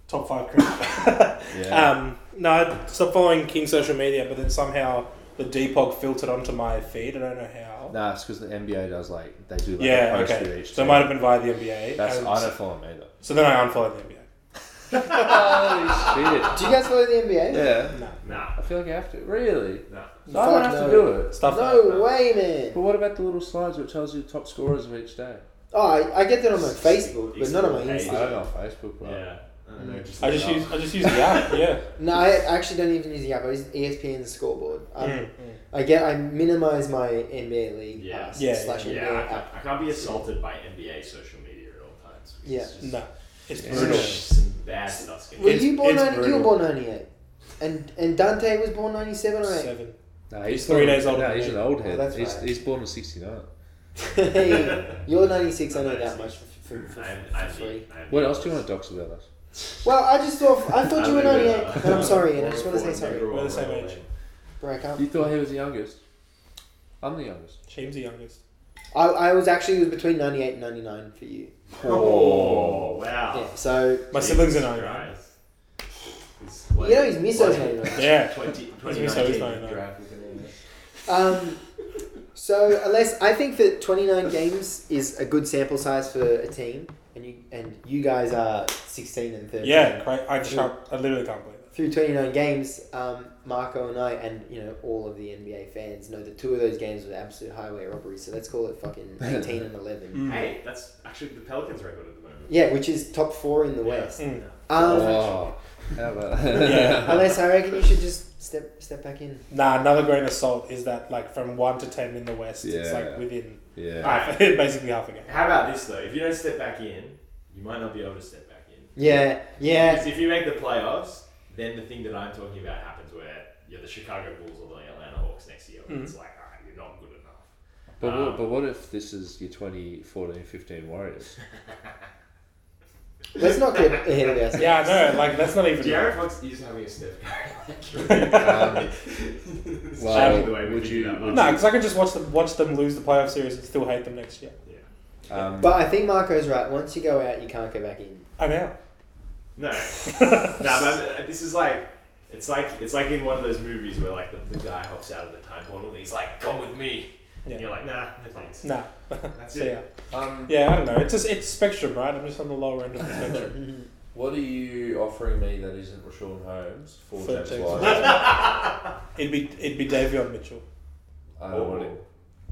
Speaker 3: top five cricket.
Speaker 5: game? Yeah.
Speaker 3: Um, no, I stopped following King's social media, but then somehow the Depog filtered onto my feed. I don't know how.
Speaker 5: Nah, it's because the NBA does like they do like
Speaker 3: yeah,
Speaker 5: a post for
Speaker 3: okay.
Speaker 5: each
Speaker 3: So it
Speaker 5: team.
Speaker 3: might have been via the NBA.
Speaker 5: That's
Speaker 3: and-
Speaker 5: I don't follow them either.
Speaker 3: so then I unfollowed the NBA.
Speaker 5: Holy shit!
Speaker 4: Do you guys follow the NBA?
Speaker 5: Yeah,
Speaker 6: Nah.
Speaker 5: I feel like you have to. Really?
Speaker 6: No.
Speaker 5: So I don't
Speaker 4: Fuck
Speaker 5: have
Speaker 4: no.
Speaker 5: to do it.
Speaker 3: Stuff like
Speaker 4: No way, man.
Speaker 5: But what about the little slides which tells you the top scorers of each day?
Speaker 4: Oh, I, I get that on my Facebook, but not on my
Speaker 6: Hey.
Speaker 5: I
Speaker 4: Instagram.
Speaker 5: don't know Facebook, bro.
Speaker 6: Yeah. I don't know. Just
Speaker 3: I just use I just use the app. Yeah.
Speaker 4: No, I actually don't even use the app. I use E ESPN scoreboard. I, I get I minimize my NBA league
Speaker 6: Yeah.
Speaker 4: pass
Speaker 3: Yeah,
Speaker 4: slash
Speaker 6: Yeah,
Speaker 4: NBA
Speaker 6: I
Speaker 4: app.
Speaker 6: can't, I can't be assaulted by NBA social media at all times. because
Speaker 4: Yeah.
Speaker 6: it's just-
Speaker 3: No, it's
Speaker 6: it's
Speaker 3: brutal.
Speaker 6: just Some bad stuff.
Speaker 4: Were
Speaker 3: It's-
Speaker 4: you born
Speaker 3: it's
Speaker 4: 90, you were
Speaker 3: brutal.
Speaker 4: born ninety eight, and and Dante was born ninety seven or eight.
Speaker 3: Seven.
Speaker 5: No, he's,
Speaker 3: three
Speaker 5: born-
Speaker 3: days older
Speaker 5: No,
Speaker 3: than
Speaker 5: he's
Speaker 3: me.
Speaker 5: an old
Speaker 4: Oh,
Speaker 5: head.
Speaker 4: that's
Speaker 5: he's,
Speaker 4: right.
Speaker 5: he's born in '69.
Speaker 4: hey, you're ninety six. I know that much for, for, for,
Speaker 6: I'm,
Speaker 4: for
Speaker 6: I'm,
Speaker 4: free.
Speaker 6: I'm,
Speaker 5: What else do you want to dox about us?
Speaker 4: Well, I just thought I thought you were
Speaker 6: I'm
Speaker 4: ninety
Speaker 6: a-
Speaker 4: eight, and I'm sorry, and I just want to say sorry.
Speaker 3: We're the same age.
Speaker 4: Bro, I can't.
Speaker 5: You thought he was the youngest. I'm the youngest.
Speaker 3: Shame's the youngest.
Speaker 4: I, I was actually it was between ninety eight and ninety nine for you.
Speaker 6: Oh, wow.
Speaker 4: Yeah, so
Speaker 3: My
Speaker 6: Jesus
Speaker 3: siblings are nine.
Speaker 6: Christ. It's
Speaker 4: you know
Speaker 6: like-
Speaker 4: he's Miso's ninety nine.
Speaker 3: Yeah.
Speaker 6: 20,
Speaker 3: He's Miso, he's
Speaker 6: 2019
Speaker 3: 99.
Speaker 6: draft with an English.
Speaker 4: Um, so unless I think that 29 games is a good sample size for a team, and you and you guys are 16 and 13.
Speaker 3: Yeah. Cra- I just can't. I literally can't believe it.
Speaker 4: Through 29 games, um, Marco and I, and you know all of the NBA fans know that two of those games were absolute highway robberies. So let's call it fucking 18 and 11.
Speaker 6: Hey, that's actually the Pelicans record at the moment.
Speaker 4: Yeah, which is top four in the West.
Speaker 3: Mm.
Speaker 4: Um,
Speaker 5: Oh, how about?
Speaker 3: Yeah.
Speaker 4: Unless I reckon you should just step step back in.
Speaker 3: Nah. Another grain of salt is that like from one to ten in the West, it's
Speaker 5: Yeah.
Speaker 3: like within
Speaker 5: yeah.
Speaker 3: half, basically half a game.
Speaker 6: How about this though? If you don't step back in, you might not be able to step back in.
Speaker 4: Yeah, yeah.
Speaker 6: Because if you make the playoffs, then the thing that I'm talking about happens where you're the Chicago Bulls or the Atlanta Hawks next year.
Speaker 3: Mm-hmm.
Speaker 6: And It's like, all right, you're not good enough.
Speaker 5: But what, but what if this is your 2014 15 Warriors?
Speaker 4: Let's not get ahead of ourselves.
Speaker 3: Yeah, I know. Like that's not even.
Speaker 6: De'Aaron Fox is having a step back. It's
Speaker 5: well,
Speaker 6: shocking the way we
Speaker 5: would
Speaker 6: can
Speaker 5: you-
Speaker 6: do that
Speaker 5: would
Speaker 3: No,
Speaker 6: much.
Speaker 3: because I could just watch them watch them lose the playoff series and still hate them next year.
Speaker 5: Um,
Speaker 4: But I think Marco's right. Once you go out, you can't go back in.
Speaker 3: I know.
Speaker 6: No, no, but uh, this is like it's like it's like in one of those movies where like the, the guy hops out of the time portal and he's like, "Come with me,"
Speaker 3: Yeah.
Speaker 6: and you're like, "Nah, no thanks."
Speaker 3: Nah.
Speaker 6: That's
Speaker 3: So, yeah.
Speaker 6: it.
Speaker 5: um,
Speaker 3: Yeah, I don't know. It's just it's spectrum, right? I'm just on the lower end of the spectrum.
Speaker 5: what are you offering me that isn't Rashawn Holmes for
Speaker 3: For
Speaker 5: James
Speaker 3: James
Speaker 5: White?
Speaker 3: It'd be it'd be Davion Mitchell.
Speaker 5: I don't want it.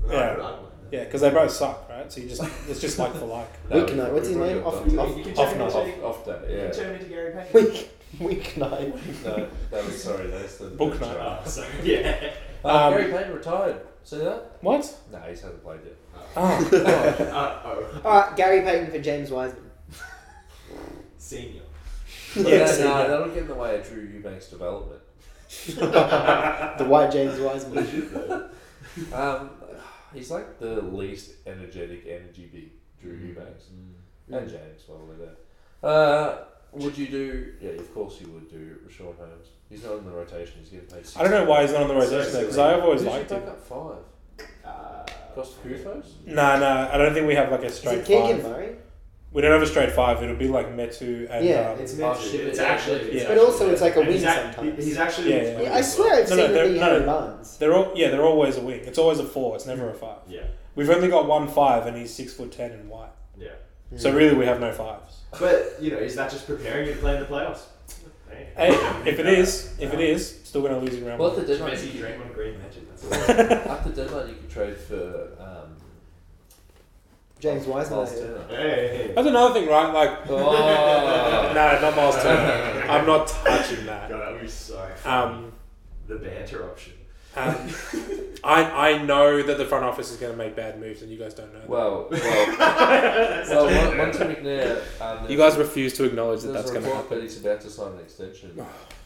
Speaker 3: Yeah. Yeah, because they both suck, right? So you just it's just like for like.
Speaker 5: No,
Speaker 4: Weeknight, what's his
Speaker 5: we've already
Speaker 4: name?
Speaker 5: got
Speaker 4: Off-
Speaker 5: that.
Speaker 4: off-
Speaker 6: You can
Speaker 3: Off
Speaker 6: turn me
Speaker 3: night.
Speaker 6: into-
Speaker 5: off, off that,
Speaker 6: you can
Speaker 5: yeah.
Speaker 6: turn me into Gary Payton.
Speaker 4: Week, week night.
Speaker 5: No, that was sorry. That's the
Speaker 3: Book
Speaker 5: that's
Speaker 3: night.
Speaker 5: right.
Speaker 6: Oh, sorry. Yeah.
Speaker 5: Uh,
Speaker 3: Um,
Speaker 5: Gary Payton retired. See that?
Speaker 3: What?
Speaker 5: No, he hasn't played yet.
Speaker 3: Oh,
Speaker 6: Uh oh.
Speaker 4: All right, Gary Payton for James Wiseman.
Speaker 6: Senior.
Speaker 5: Yeah,
Speaker 3: see,
Speaker 5: nah,
Speaker 3: yeah.
Speaker 5: that'll get in the way of Drew Eubanks' development.
Speaker 4: The white James Wiseman.
Speaker 5: Um, he's like the least energetic energy big Drew
Speaker 3: Mm.
Speaker 5: Eubanks and James while we're there. Uh, would you do? Yeah, of course you would do Rashawn Holmes. He's not in the rotation. He's getting paid.
Speaker 3: I don't know why he's not on the rotation there because I've always
Speaker 5: Who's your
Speaker 3: liked him.
Speaker 5: backup five?
Speaker 6: Uh,
Speaker 5: Costa Kufos?
Speaker 3: Nah, nah. I don't think we have like a
Speaker 4: Is
Speaker 3: straight
Speaker 4: it Keegan
Speaker 3: five.
Speaker 4: Murray?
Speaker 3: We don't have a straight five. It'll be like Metu and
Speaker 4: Yeah,
Speaker 3: um,
Speaker 6: it's
Speaker 5: Oh,
Speaker 6: meant to.
Speaker 5: shit,
Speaker 6: It's
Speaker 5: yeah.
Speaker 6: actually.
Speaker 3: Yeah.
Speaker 6: It's
Speaker 4: But also, it's like a
Speaker 6: And
Speaker 4: win
Speaker 6: he's act-
Speaker 4: sometimes.
Speaker 6: He's actually.
Speaker 3: Yeah, yeah.
Speaker 4: Yeah, I swear
Speaker 3: No,
Speaker 4: I've seen
Speaker 3: no,
Speaker 4: it
Speaker 3: they're-
Speaker 4: with
Speaker 3: no,
Speaker 4: Harry
Speaker 3: no.
Speaker 4: Barnes.
Speaker 3: they're all yeah they're always a wing. It's always a four. It's never a five.
Speaker 6: Yeah.
Speaker 3: We've only got one five and he's six foot ten and white.
Speaker 6: Yeah.
Speaker 3: So really we have no fives.
Speaker 6: But you know, is that just preparing you to play in the playoffs? Hey.
Speaker 3: Hey, if it is, if it is, still going to lose in round
Speaker 5: Well,
Speaker 3: one.
Speaker 5: at the deadline,
Speaker 6: Messi,
Speaker 5: you could,
Speaker 6: Draymond Green, imagine that's all.
Speaker 5: at the deadline, you could trade for um,
Speaker 4: James Wiseman. I
Speaker 5: Miles
Speaker 4: heard.
Speaker 5: Turner.
Speaker 6: hey.
Speaker 3: That's another thing, right? Like,
Speaker 5: Oh,
Speaker 3: no, not Miles Turner. I'm not touching that.
Speaker 6: God, that would be so.
Speaker 3: Um,
Speaker 6: the banter option.
Speaker 3: um, I I know that the front office is going to make bad moves, and you guys don't know. That.
Speaker 5: well, well, well. one- Once McNair, um, there
Speaker 3: You
Speaker 5: was-
Speaker 3: guys refuse to acknowledge that
Speaker 5: there was
Speaker 3: that's
Speaker 5: a
Speaker 3: going to
Speaker 5: report
Speaker 3: happen.
Speaker 5: that he's about to sign an extension.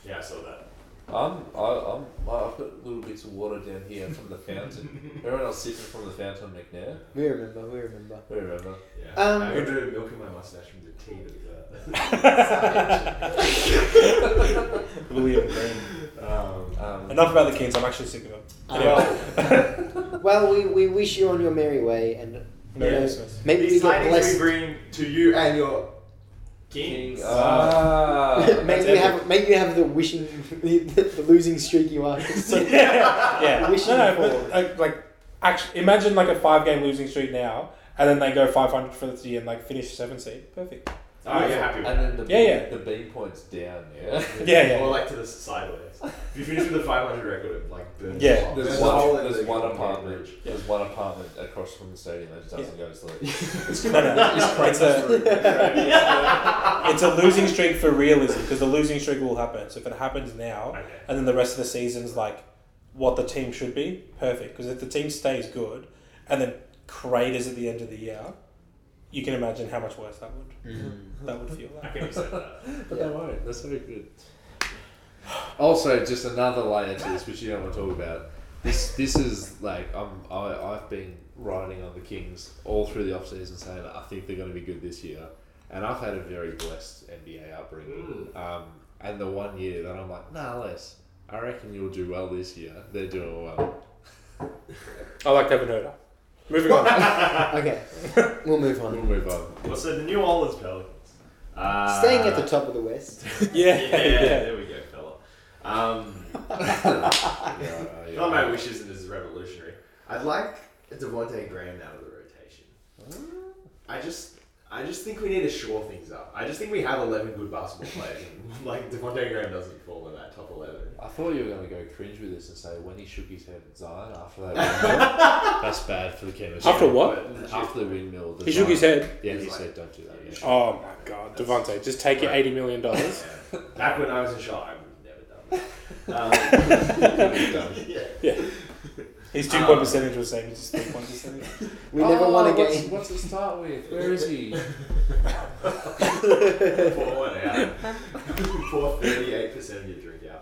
Speaker 6: Yeah, I saw that.
Speaker 5: I'm, I, I'm, I've got little bits of water down here from the fountain. Everyone else sipping from the fountain on McNair.
Speaker 4: We remember, we remember.
Speaker 5: We remember.
Speaker 6: Yeah.
Speaker 4: Um,
Speaker 6: I'm gonna do milk in my mustache from the tea that
Speaker 3: William Green.
Speaker 6: um,
Speaker 5: Um,
Speaker 3: Enough about the Kings. I'm actually sick of them.
Speaker 6: well,
Speaker 4: Well, we, we wish you on your merry way and
Speaker 3: Merry
Speaker 4: you know,
Speaker 3: Christmas.
Speaker 4: maybe we
Speaker 6: these
Speaker 4: get
Speaker 6: tidings we
Speaker 4: blessed.
Speaker 6: bring to you and your Kings.
Speaker 5: Ah.
Speaker 4: make you have make you have the wishing the, the losing streak you are. So,
Speaker 3: Yeah.
Speaker 4: Wishing
Speaker 3: no,
Speaker 4: for-
Speaker 3: no, but, like, like actually, imagine like a five game losing streak now, and then they go 500 for the year and like finish seven seed. Perfect.
Speaker 6: Oh, you're happy
Speaker 5: And
Speaker 6: with that.
Speaker 5: then the
Speaker 3: Yeah, yeah.
Speaker 5: the bean point's down. Yeah.
Speaker 3: Yeah, yeah.
Speaker 6: Or like to the sideways. If you finish with a 500 record, it like burns.
Speaker 3: Yeah.
Speaker 6: off.
Speaker 5: There's
Speaker 4: There's a hole
Speaker 5: one.
Speaker 4: in
Speaker 5: There's
Speaker 4: the
Speaker 5: one
Speaker 6: concrete
Speaker 5: apartment.
Speaker 6: bridge.
Speaker 5: There's one apartment across from the stadium that just doesn't go to sleep.
Speaker 3: No, no, it's, a, it's a losing streak for realism because the losing streak will happen. So if it happens now,
Speaker 6: Okay.
Speaker 3: and then the rest of the season's like what the team should be, perfect. Because if the team stays good and then craters at the end of the year, you can imagine how much worse that would that would feel.
Speaker 6: I
Speaker 3: Like.
Speaker 6: can accept that.
Speaker 5: But they won't. That's very good. Also, just another layer to this, which you don't want to talk about. This this is like I'm I, I've been riding on the Kings all through the off season, saying I think they're going to be good this year, and I've had a very blessed NBA upbringing.
Speaker 6: Mm.
Speaker 5: Um, and the one year that I'm like, nah, Les, I reckon you'll do well this year. They're doing well.
Speaker 3: I like Kevin Herter. Moving on.
Speaker 4: okay, we'll move
Speaker 5: We'll
Speaker 4: on.
Speaker 5: move on.
Speaker 6: Well, so the New Orleans Pelicans. Uh,
Speaker 4: Staying at the top of the West.
Speaker 3: yeah,
Speaker 6: Yeah,
Speaker 3: yeah.
Speaker 6: there we go, fella. Um,
Speaker 5: Yeah, uh,
Speaker 6: yeah. Not
Speaker 5: yeah.
Speaker 6: my wish isn't as revolutionary. I'd like a Devontae Graham out of the rotation. I just. I just think we need to shore things up. I just think we have 11 good basketball players. and, like, Devontae Graham doesn't fall in that top 11.
Speaker 5: I thought you were going to go cringe with this and say when he shook his head at Zion after that. windmill, That's bad for the chemistry.
Speaker 3: After what?
Speaker 5: After the windmill. the
Speaker 3: He shook his
Speaker 5: Zion-
Speaker 3: head.
Speaker 5: Yeah, he said don't do that. Yeah.
Speaker 3: Oh my god, Devontae, just take your eighty million dollars.
Speaker 6: Back when I was in shot, I would have never done that. Um, yeah.
Speaker 3: His two point percentage was saying just three point percentage.
Speaker 4: We never won a
Speaker 5: Oh, what's-
Speaker 4: game.
Speaker 5: What's, it start with? Where is he?
Speaker 6: Pour one out. Pour 38% of your drink out.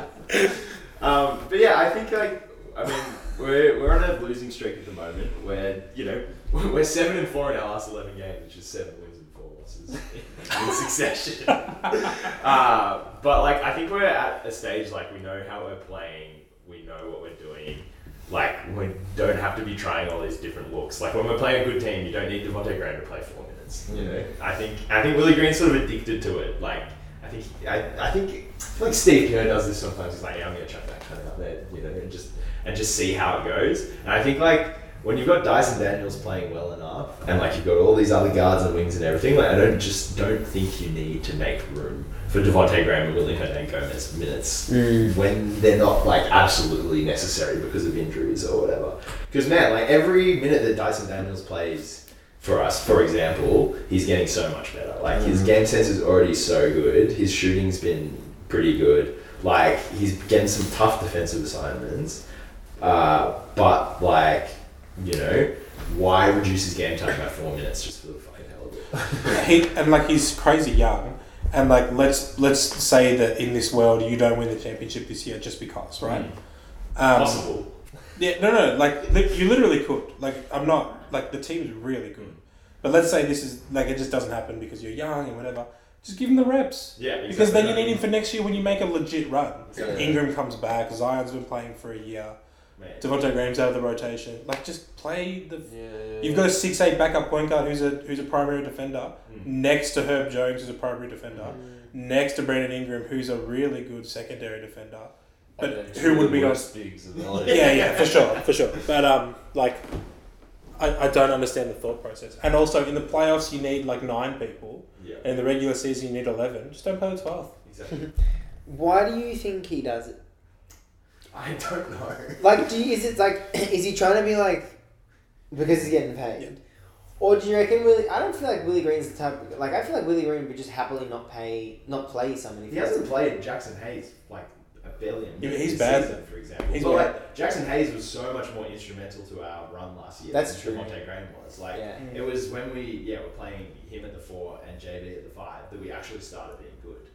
Speaker 6: um, but yeah, I think, like, I mean, we're, we're on a losing streak at the moment. We're, you know, we're 7 and 4 in our last 11 games, which is 7 wins and 4 losses in succession. uh, but, like, I think we're at a stage, like, we know how we're playing, we know what we're doing. Like, we don't have to be trying all these different looks. Like, when we're playing a good team, you don't need Devontae Graham to play four minutes. You know, I think I think Willie Green's sort of addicted to it. Like, I think I, I think I feel like Steve Kerr does this sometimes. He's like, yeah, I'm gonna chuck that kind of out there, you know, and just and just see how it goes. And I think like when you've got Dyson Daniels playing well enough, and like you've got all these other guards and wings and everything, like I don't just don't think you need to make room for Devonte Graham and Willie Hernandez Gomez minutes when they're not like absolutely necessary because of injuries or whatever. Because man, like every minute that Dyson Daniels plays for us, for example, he's getting so much better. Like his game sense is already so good. His shooting's been pretty good. Like he's getting some tough defensive assignments, uh, but like you know, why reduce his game time by four minutes just for the fucking hell of
Speaker 3: Um,
Speaker 6: it?
Speaker 3: he and like he's crazy young and like let's let's say that in this world you don't win the championship this year just because right um,
Speaker 6: Possible.
Speaker 3: yeah no no like li- you literally could like i'm not like the team is really good but let's say this is like it just doesn't happen because you're young and whatever just give him the reps
Speaker 6: Yeah,
Speaker 3: because then you need him for next year when you make a legit run
Speaker 5: Yeah.
Speaker 3: ingram comes back zion's been playing for a year Devontae Graham's out of the rotation. Like, just play the
Speaker 5: Yeah.
Speaker 3: You've got a six eight backup point guard who's a who's a primary defender
Speaker 6: Hmm.
Speaker 3: next to Herb Jones who's a primary defender
Speaker 5: Hmm.
Speaker 3: next to Brandon Ingram who's a really good secondary defender. But who would be on?
Speaker 5: Bigs in the league.
Speaker 3: Yeah, yeah, for sure, for sure. But um, like, I, I don't understand the thought process. And also in the playoffs you need like nine people,
Speaker 6: Yeah,
Speaker 3: and in the regular season you need eleven. Just don't play the twelfth.
Speaker 6: exactly.
Speaker 4: Why do you think he does it?
Speaker 6: I don't know.
Speaker 4: Like, do you, is it like is he trying to be like because he's getting paid, or do you reckon Willie? I don't feel like Willie Green's the type. Of, like, I feel like Willie Green would just happily not pay, not play someone. if
Speaker 6: He hasn't played Jackson Hayes like a billion.
Speaker 3: Yeah, but
Speaker 6: minutes
Speaker 3: he's
Speaker 6: this
Speaker 3: bad.
Speaker 6: Season, for example,
Speaker 3: He's
Speaker 6: but
Speaker 3: bad.
Speaker 6: like Jackson Hayes was so much more instrumental to our run last year.
Speaker 4: That's
Speaker 6: than
Speaker 4: true.
Speaker 6: Devontae Graham was like
Speaker 4: Yeah.
Speaker 6: it was when we yeah were playing him at the four and JB at the five that we actually started being good,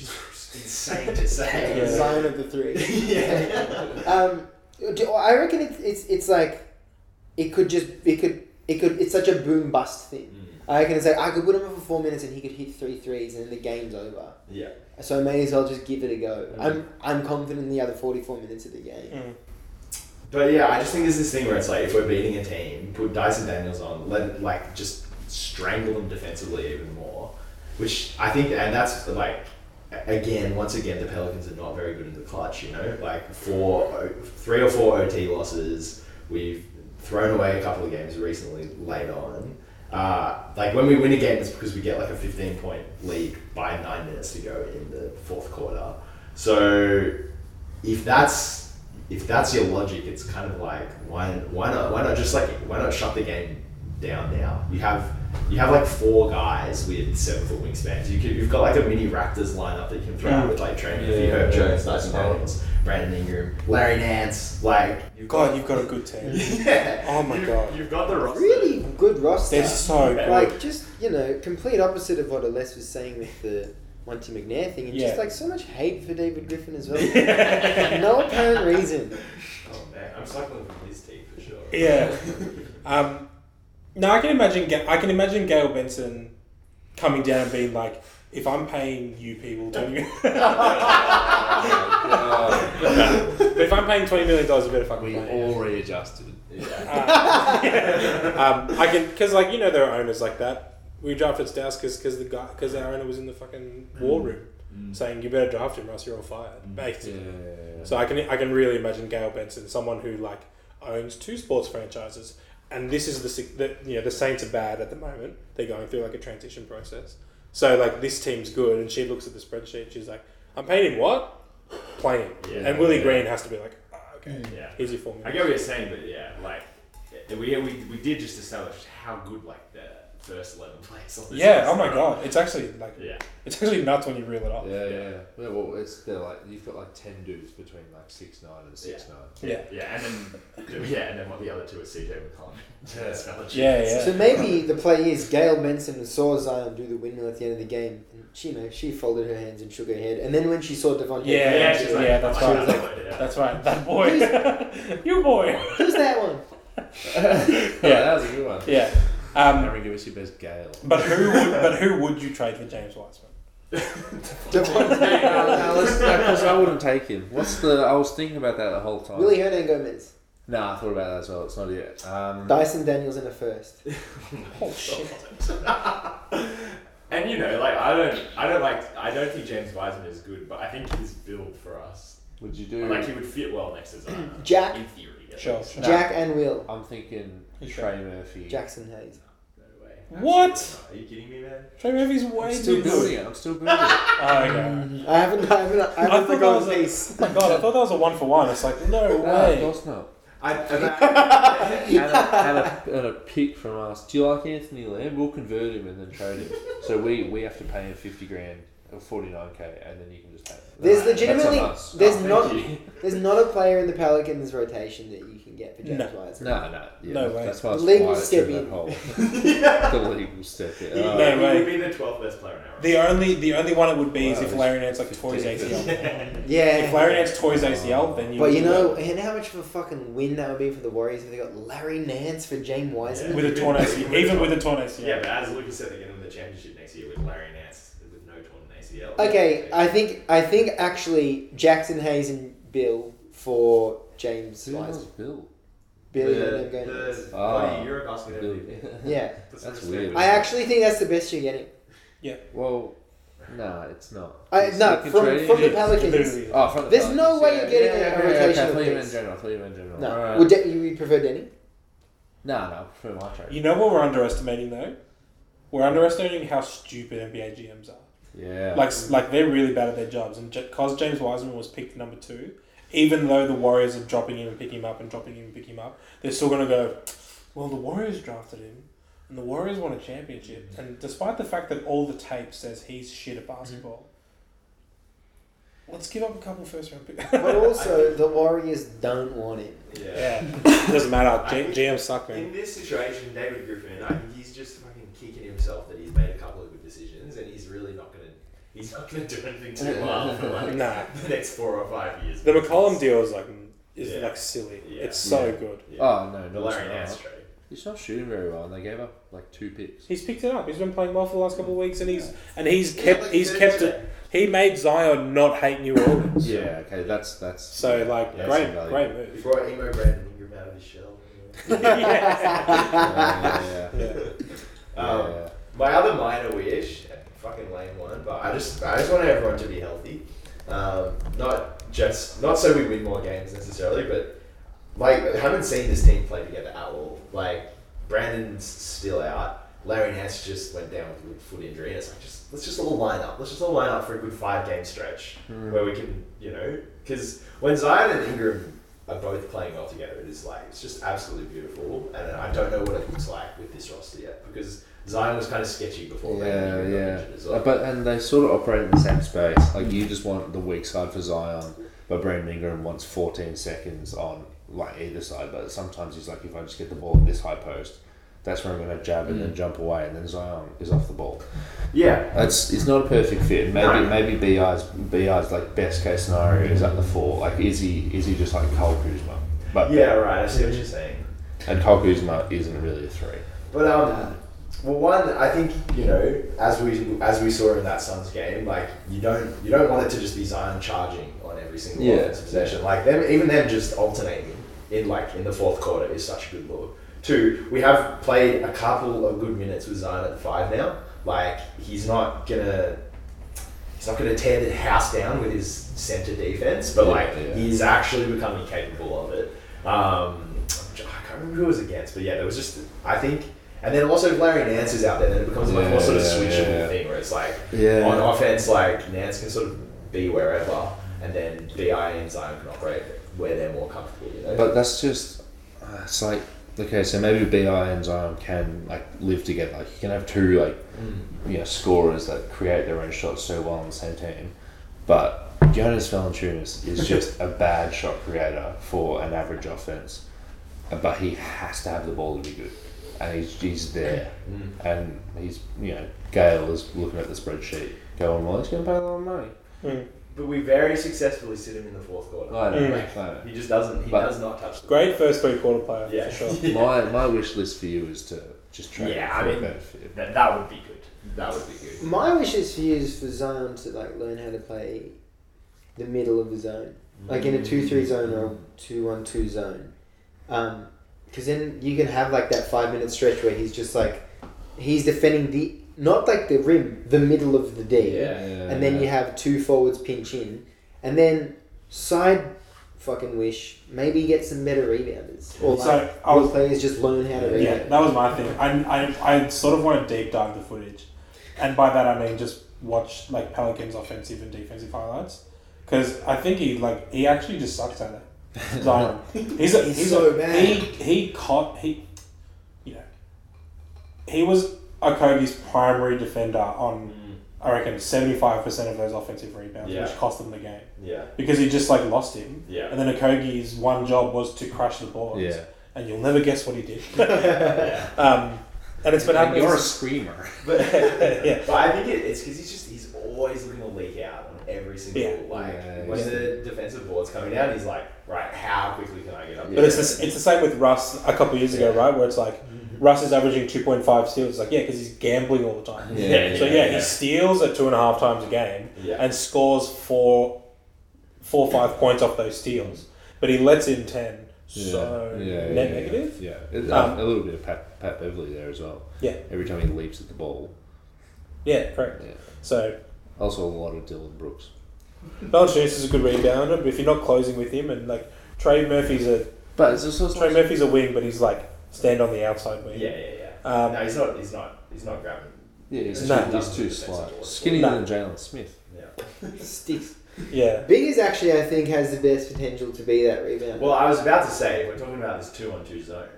Speaker 6: is insane to say.
Speaker 4: Yeah. Zion of the three.
Speaker 6: yeah.
Speaker 4: Um, do, I reckon it's, it's it's like it could just it could it could it's such a boom bust thing. I reckon it's like I could put him up for four minutes and he could hit three threes and the game's over.
Speaker 6: yeah.
Speaker 4: So I may as well just give it a go. I'm I'm confident in the other forty four minutes of the game.
Speaker 3: Mm.
Speaker 6: But yeah, I just think there's this thing where it's like if we're beating a team, put Dyson Daniels on, let like just strangle them defensively even more. Which I think, and that's like, a- again, once again, the Pelicans are not very good in the clutch. You know, like four, O- three or four OT losses. We've thrown away a couple of games recently late on. Uh, like when we win a game, it's because we get like a fifteen point lead by nine minutes to go in the fourth quarter. So if that's if that's your logic, it's kind of like why why not why not just like why not shut the game down now? You have you have like four guys with seven foot wingspans. You could, you've got like a mini Raptors lineup that you can throw out with like Trey Murphy, Herb Jones, Dyson Daniels, Brandon Ingram, Larry Nance. Like you've
Speaker 3: God, you've got a good team.
Speaker 6: yeah.
Speaker 3: Oh my
Speaker 6: You've-
Speaker 3: God.
Speaker 6: You've got the roster.
Speaker 4: Really good roster.
Speaker 3: They're so good.
Speaker 4: like just you know complete opposite of what Aless was saying with the Monty McNair thing, and
Speaker 3: Yeah.
Speaker 4: just like so much hate for David Griffin as well, For no apparent reason.
Speaker 6: Oh man, I'm cycling from his team for sure.
Speaker 3: Yeah. Um, now I can imagine. Ga- I can imagine Gail Benson coming down and being like, "If I'm paying you people twenty, million- but if I'm paying twenty million dollars, I better fucking
Speaker 5: We
Speaker 3: play."
Speaker 5: all readjusted.
Speaker 3: Um, I can because like you know there are owners like that. We drafted Staus because the guy because our owner was in the fucking
Speaker 6: Mm.
Speaker 3: war room saying you better draft him or else you're all fired. Basically, so I can I can really imagine Gail Benson, someone who like owns two sports franchises, and this is the, si- the you know the Saints are bad at the moment. They're going through like a transition process. So like this team's good, and she looks at the spreadsheet. She's like, I'm paying him what? Play him. and Willie Green has to be like, "Ah, okay,
Speaker 6: Yeah.
Speaker 3: here's your formula.
Speaker 6: I get what you're saying, but yeah, like we we, we did just establish how good like the first eleven players. On this
Speaker 3: Yeah.
Speaker 6: roster
Speaker 3: Oh my
Speaker 6: are.
Speaker 3: god. It's actually like
Speaker 6: Yeah.
Speaker 3: it's actually nuts when you reel it up.
Speaker 5: Yeah, yeah. Yeah, well, it's they're like you've got like ten dudes between like six nine and six nine.
Speaker 3: Yeah.
Speaker 6: Yeah, and then yeah, and then what the other two are CJ McCollum. That's about it.
Speaker 3: Yeah, yeah.
Speaker 4: So maybe the play is Gail Benson saw Zion do the windmill at the end of the game, and she you know she folded her hands and shook her head, and then when she saw Devon,
Speaker 3: Yeah,
Speaker 6: Yeah, she's like,
Speaker 3: yeah, that's
Speaker 6: oh,
Speaker 3: right.
Speaker 6: that boy, yeah.
Speaker 3: That's right, that boy. you boy.
Speaker 4: who's that one?
Speaker 5: yeah, Oh, that was a good one.
Speaker 3: Yeah. Um,
Speaker 5: Aaron, give us your best Gale.
Speaker 3: but who would but who would you trade for James Wiseman?
Speaker 4: Devon
Speaker 5: Because I wouldn't take him. What's the? I was thinking about that the whole time.
Speaker 4: Willie Hernan Gomez,
Speaker 5: Nah, I thought about that as well. It's not it. Um,
Speaker 4: Dyson Daniels in a first.
Speaker 3: Oh shit.
Speaker 6: And you know, like I don't, I don't like, I don't think James Wiseman is good, but I think he's build for us.
Speaker 5: would you do?
Speaker 6: Like he would fit well next to Zion.
Speaker 4: Jack.
Speaker 6: in theory. at
Speaker 3: Sure.
Speaker 6: least.
Speaker 3: No.
Speaker 4: Jack and Will
Speaker 5: I'm thinking
Speaker 3: Who's
Speaker 5: Trey
Speaker 3: that?
Speaker 5: Murphy.
Speaker 4: Jackson Hayes.
Speaker 6: No way.
Speaker 3: What?
Speaker 6: Absolutely not. Are you kidding me, man?
Speaker 3: Trey Murphy's way
Speaker 5: I'm
Speaker 3: too
Speaker 5: still building
Speaker 3: good.
Speaker 5: it. I'm still building it.
Speaker 3: Oh, okay.
Speaker 4: I haven't, I haven't, I
Speaker 3: I
Speaker 4: haven't
Speaker 3: thought that was
Speaker 4: forgotten
Speaker 3: a,
Speaker 4: these.
Speaker 3: oh my god, I thought that was a one for one. It's like no
Speaker 5: No, of
Speaker 3: way.
Speaker 5: course not.
Speaker 6: I, I,
Speaker 5: And a, and, a, and a pick from us. Do you like Anthony Lamb? We'll convert him and then trade him. So we, we have to pay him fifty grand or forty nine k, and then you can just take. it.
Speaker 4: There's
Speaker 5: That's
Speaker 4: legitimately
Speaker 5: on us. Oh,
Speaker 4: there's
Speaker 6: thank
Speaker 4: not
Speaker 6: you.
Speaker 4: there's not a player in the Pelicans rotation that you can get for James
Speaker 3: No.
Speaker 4: Wiseman.
Speaker 5: No, no, yeah,
Speaker 3: No way.
Speaker 5: That's why I was
Speaker 4: The league will
Speaker 5: quiet
Speaker 4: step
Speaker 5: through that
Speaker 4: in.
Speaker 5: whole- The league will step in.
Speaker 6: he,
Speaker 5: Oh,
Speaker 3: No
Speaker 6: he
Speaker 3: way.
Speaker 6: would be the twelfth best player in our
Speaker 3: The only the only one it would be is
Speaker 5: Wow,
Speaker 3: if
Speaker 5: this-
Speaker 3: Larry Nance like tore his ACL. If
Speaker 4: Yeah,
Speaker 3: Larry Nance tore his ACL, then you.
Speaker 4: but
Speaker 3: would
Speaker 4: you
Speaker 3: do
Speaker 4: know,
Speaker 3: that.
Speaker 4: and how much of a fucking win that would be for the Warriors if they got Larry Nance for James Wiseman?
Speaker 3: with a torn ACL, even with a torn ACL.
Speaker 6: Yeah, but as Lucas said, they're getting the championship next year with Larry Nance with no torn ACL.
Speaker 4: Okay, I think I think actually Jackson Hayes and Bill for James
Speaker 5: who the hell's
Speaker 4: Wiseman.
Speaker 5: Bill?
Speaker 4: Bill and
Speaker 6: the,
Speaker 4: them going.
Speaker 6: the
Speaker 5: Ah.
Speaker 6: bloody Eurobasket
Speaker 5: Bill.
Speaker 6: MVP.
Speaker 4: Yeah,
Speaker 6: Put some
Speaker 5: That's
Speaker 6: respect
Speaker 5: weird.
Speaker 6: on
Speaker 4: I
Speaker 6: it.
Speaker 4: actually think that's the best you're getting.
Speaker 5: Well, no, it's not.
Speaker 4: I,
Speaker 5: It's-
Speaker 4: no,
Speaker 5: you can
Speaker 4: from
Speaker 5: trade
Speaker 4: from the
Speaker 5: him.
Speaker 4: Pelicans.
Speaker 3: Literally.
Speaker 5: Oh, from the
Speaker 4: There's no
Speaker 5: Pelicans,
Speaker 4: way you're getting
Speaker 5: yeah,
Speaker 4: a- a
Speaker 5: yeah, okay,
Speaker 4: rotation of
Speaker 5: okay, I thought you meant
Speaker 4: picks.
Speaker 5: general. I thought you meant general.
Speaker 4: No,
Speaker 5: All right.
Speaker 4: would De- you would prefer Denny?
Speaker 5: no, no, I prefer my trade.
Speaker 3: You know what we're underestimating though? We're underestimating how stupid NBA GMs are.
Speaker 5: yeah.
Speaker 3: Like, like they're really bad at their jobs. And because James Wiseman was picked number two, even though the Warriors are dropping him and picking him up and dropping him and picking him up, they're still going to go, well, the Warriors drafted him and the Warriors won a championship. And despite the fact that all the tape says he's shit at basketball, Mm-hmm. let's give up a couple first round picks.
Speaker 4: But also, the Warriors don't want him.
Speaker 6: Yeah.
Speaker 3: yeah, doesn't matter. G- GM suck, man.
Speaker 6: In this situation, David Griffin, I think he's just fucking kicking himself that he's made a couple of good decisions, and he's really not gonna, he's not gonna do anything too well for like
Speaker 3: Nah.
Speaker 6: the next four or five years.
Speaker 3: The McCollum deal is like is
Speaker 6: Yeah.
Speaker 3: like silly.
Speaker 6: Yeah.
Speaker 3: It's so
Speaker 5: Yeah.
Speaker 3: good.
Speaker 6: Yeah.
Speaker 5: Oh no,
Speaker 6: the
Speaker 5: no,
Speaker 6: Larry
Speaker 5: it's not.
Speaker 6: Nance trade.
Speaker 5: He's not shooting very well, and they gave up like two picks.
Speaker 3: He's picked it up. He's been playing well for the last couple of weeks, and he's and he's kept he's kept it. He made Zion not hate New Orleans.
Speaker 5: Yeah, okay, that's that's.
Speaker 3: So like
Speaker 5: Yeah,
Speaker 3: great
Speaker 5: that's invaluable.
Speaker 3: great move.
Speaker 6: Before Emo Brandon Ingram out of his shell.
Speaker 3: yeah.
Speaker 5: yeah, yeah, yeah.
Speaker 6: Um,
Speaker 5: Yeah.
Speaker 6: My other minor wish, fucking lame one, but I just I just want everyone to be healthy. Um, not just not so we win more games necessarily, but like I haven't seen this team play together at all. Like Brandon's still out. Larry Nance just went down with a foot injury, and it's like just let's just all line up. Let's just all line up for a good five game stretch
Speaker 5: Hmm.
Speaker 6: where we can, you know, because when Zion and Ingram are both playing well together, it is like it's just absolutely beautiful. And I don't know what it looks like with this roster yet because Zion was kind of sketchy before. Brandon
Speaker 5: Yeah,
Speaker 6: Ingram got
Speaker 5: yeah.
Speaker 6: injured as
Speaker 5: Uh,
Speaker 6: well.
Speaker 5: But and they sort of operate in the same space. Like you just want the weak side for Zion, but Brandon Ingram wants 14 seconds on like either side. But sometimes he's like, if I just get the ball at this high post, that's where I'm going to jab and then jump away, and then Zion is off the ball.
Speaker 6: yeah,
Speaker 5: It's it's not a perfect fit. Maybe
Speaker 6: No.
Speaker 5: maybe Bi's Bi's like best case scenario is at the four. Like is he is he just like Cole Kuzma? But
Speaker 6: yeah, right. I see what you're saying.
Speaker 5: and Cole Kuzma isn't really a three.
Speaker 6: But um, well, one, I think you know, as we as we saw in that Suns game, like you don't you don't want it to just be Zion charging on every single
Speaker 5: Yeah.
Speaker 6: offensive possession. Like them, even them just alternating in like in the fourth quarter is such a good look. Two, we have played a couple of good minutes with Zion at five now. Like he's not gonna. He's not going to tear the house down with his center defense, but
Speaker 5: Yeah,
Speaker 6: like
Speaker 5: yeah.
Speaker 6: he's actually becoming capable of it. Um, I can't remember who it was against, but yeah, there was just I think, and then also if Larry Nance is out there, then it becomes like more sort of
Speaker 5: Yeah,
Speaker 6: switchable
Speaker 5: yeah.
Speaker 6: thing where it's like
Speaker 5: Yeah.
Speaker 6: on offense, like Nance can sort of be wherever, and then Bi and Zion can operate where they're more comfortable. You know,
Speaker 5: But that's just uh, it's like okay, so maybe Bi and Zion can like live together. Like you can have two like
Speaker 6: Mm.
Speaker 5: you know scorers that create their own shots so well on the same team, but Jonas Valanciunas is just a bad shot creator for an average offense. Uh, But he has to have the ball to be good, and he's, he's there,
Speaker 6: Mm.
Speaker 5: and he's you know Gale is looking at the spreadsheet going well. He's going to pay a lot of money.
Speaker 6: but we very successfully sit him in the fourth quarter.
Speaker 5: I know,
Speaker 3: Mm.
Speaker 5: I know.
Speaker 6: He just doesn't. He
Speaker 5: But-
Speaker 6: does not touch the
Speaker 3: Great first three quarter player,
Speaker 6: Yeah.
Speaker 3: for sure.
Speaker 5: My my wish list for you is to just trade.
Speaker 6: Yeah,
Speaker 5: for
Speaker 6: I
Speaker 5: a
Speaker 6: mean,
Speaker 5: better fit.
Speaker 10: That, that would be good.
Speaker 6: That would be good.
Speaker 4: My wish is for you is for Zion to like learn how to play the middle of the zone, like in a two-three zone or a two-one-two zone, because then you can have like that five-minute stretch where he's just like he's defending the not like the rim, the middle of the D, and then you have two forwards pinch in, and then side fucking wish maybe get some better rebounders or like
Speaker 3: So, I
Speaker 4: all
Speaker 3: was-
Speaker 4: players just learn how to rebound.
Speaker 3: Yeah, that was my thing. I, I, I sort of want to deep dive the footage, and by that I mean just watch like Pelicans' offensive and defensive highlights, because I think he like he actually just sucks at it. Zion, he's a, he's,
Speaker 4: so
Speaker 3: a,
Speaker 4: bad.
Speaker 3: He he caught he, you know, he was Okogie's primary defender on I reckon seventy five percent of those offensive rebounds,
Speaker 6: Yeah.
Speaker 3: which cost them the game
Speaker 6: Yeah.
Speaker 3: because he just like lost him.
Speaker 6: Yeah.
Speaker 3: And then Okogie's one job was to crash the boards.
Speaker 5: Yeah.
Speaker 3: And you'll never guess what he did. um, and it's been happening.
Speaker 5: You're a screamer.
Speaker 6: But,
Speaker 3: Yeah.
Speaker 6: but I think it, it's because he's just he's always looking to leak out on every single
Speaker 3: Yeah.
Speaker 6: like
Speaker 5: Yeah,
Speaker 6: when
Speaker 5: he's-
Speaker 6: the defensive board's coming down, he's like, right, how quickly can I get up?
Speaker 3: But it's the, it's the same with Russ a couple of years ago, right? Where it's like Russ is averaging two point five steals. Like yeah, because he's gambling all the time.
Speaker 5: Yeah,
Speaker 3: So yeah, he steals at two and a half times a game
Speaker 6: Yeah.
Speaker 3: and scores four, four or five points off those steals. But he lets in ten. So net negative.
Speaker 5: Yeah, It-
Speaker 3: Um,
Speaker 5: a little bit of Pat, Pat Beverly there as well.
Speaker 3: Yeah.
Speaker 5: Every time he leaps at the ball.
Speaker 3: Yeah, correct.
Speaker 5: Yeah.
Speaker 3: So
Speaker 5: Also a lot of Dylan Brooks.
Speaker 3: Valanciunas is a good rebounder, but if you're not closing with him, and like Trey Murphy's a
Speaker 5: But it's just also
Speaker 3: Trey Murphy's a wing, but he's like stand on the outside wing.
Speaker 6: Yeah, yeah, yeah.
Speaker 3: Um,
Speaker 6: no, he's not. He's not. He's not grabbing.
Speaker 5: yeah, he's
Speaker 3: No.
Speaker 5: too, he's too slight, skinnier
Speaker 3: No.
Speaker 5: than Jalen Smith.
Speaker 6: Yeah.
Speaker 4: Sticks.
Speaker 3: yeah.
Speaker 4: Biggers actually, I think, has the best potential to be that rebounder.
Speaker 6: Well, I was about to say we're talking about this two-on-two zone.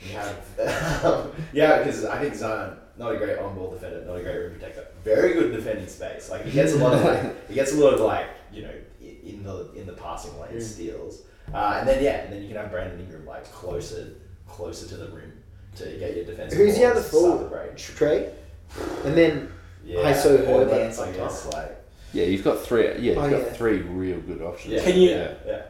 Speaker 6: You have, yeah, because I think Zion not a great on-ball defender, not a great rim protector, very good defending space. Like he gets a lot of like he gets a lot of like you know i- in the in the passing
Speaker 4: Mm.
Speaker 6: lane steals, uh, and then yeah, and then you can have Brandon Ingram like closer closer to the rim to get your defense.
Speaker 4: Who's the other forward?
Speaker 6: Break.
Speaker 4: Trey, and then
Speaker 6: Yeah,
Speaker 4: I so
Speaker 6: or
Speaker 4: heard that
Speaker 6: Nance, I
Speaker 4: on
Speaker 6: guess. Like
Speaker 5: Yeah, you've got three. Yeah, you've
Speaker 4: Oh,
Speaker 5: got
Speaker 4: yeah.
Speaker 5: three real good options.
Speaker 6: yeah,
Speaker 3: Can you-
Speaker 6: yeah, yeah,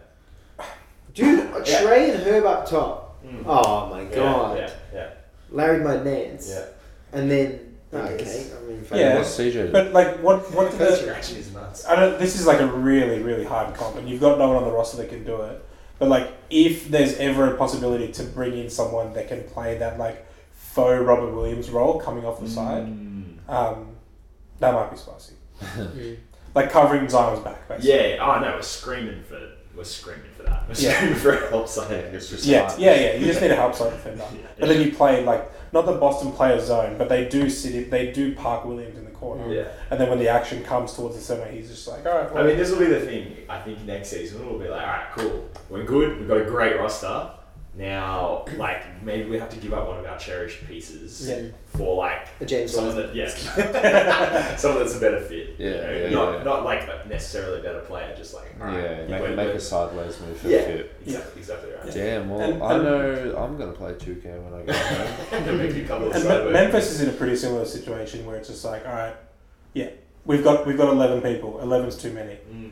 Speaker 4: dude, Trey and Herb up top. Oh my
Speaker 6: yeah,
Speaker 4: god,
Speaker 6: yeah, yeah,
Speaker 4: Larry my Nance,
Speaker 6: yeah.
Speaker 4: and then okay,
Speaker 6: Yes.
Speaker 4: I mean,
Speaker 3: Yeah.
Speaker 5: What's CJ?
Speaker 3: But like, what what do the
Speaker 6: Scratching his nuts.
Speaker 3: I don't. This is like a really really hard comp, and you've got no one on the roster that can do it. But like, if there's ever a possibility to bring in someone that can play that like faux Robert Williams role coming off the side.
Speaker 6: Mm.
Speaker 3: Um, that might be spicy. Like covering Zion's back, basically.
Speaker 6: Yeah, oh no, we're screaming for we're screaming for that. We're
Speaker 3: Yeah.
Speaker 6: screaming for help Sunday. It's just
Speaker 3: Yeah,
Speaker 6: like-
Speaker 3: yeah, yeah. You just need a help side defender.
Speaker 6: Yeah.
Speaker 3: But then you play like not the Boston player zone, but they do sit in, they do park Williams in the corner.
Speaker 6: Yeah.
Speaker 3: And then when the action comes towards the center, he's just like, all right.
Speaker 6: I mean, this will be the thing. I think next season we'll be like, all right, cool. We're good. We've got a great roster. Now, like, maybe we have to give up one of our cherished pieces
Speaker 4: Yeah.
Speaker 6: for like
Speaker 4: A James
Speaker 6: someone
Speaker 4: Wiseman.
Speaker 6: that yeah, someone that's a better fit.
Speaker 5: Yeah, yeah,
Speaker 6: not
Speaker 5: yeah.
Speaker 6: not like a necessarily a better player, just like all right,
Speaker 5: Yeah,
Speaker 6: you
Speaker 5: make,
Speaker 6: wait
Speaker 5: make
Speaker 6: a
Speaker 5: a
Speaker 6: bit.
Speaker 5: sideways move for
Speaker 6: yeah,
Speaker 5: the fit.
Speaker 6: exactly, exactly right.
Speaker 5: Damn, well,
Speaker 3: And-
Speaker 5: I
Speaker 3: and-
Speaker 5: know I'm going to play 2K when I get home.
Speaker 6: There may be a couple of
Speaker 3: And
Speaker 6: sideways
Speaker 3: Me- Memphis is in a pretty similar situation where it's just like, all right, yeah, we've got we've got eleven people. Eleven's too many.
Speaker 6: Mm.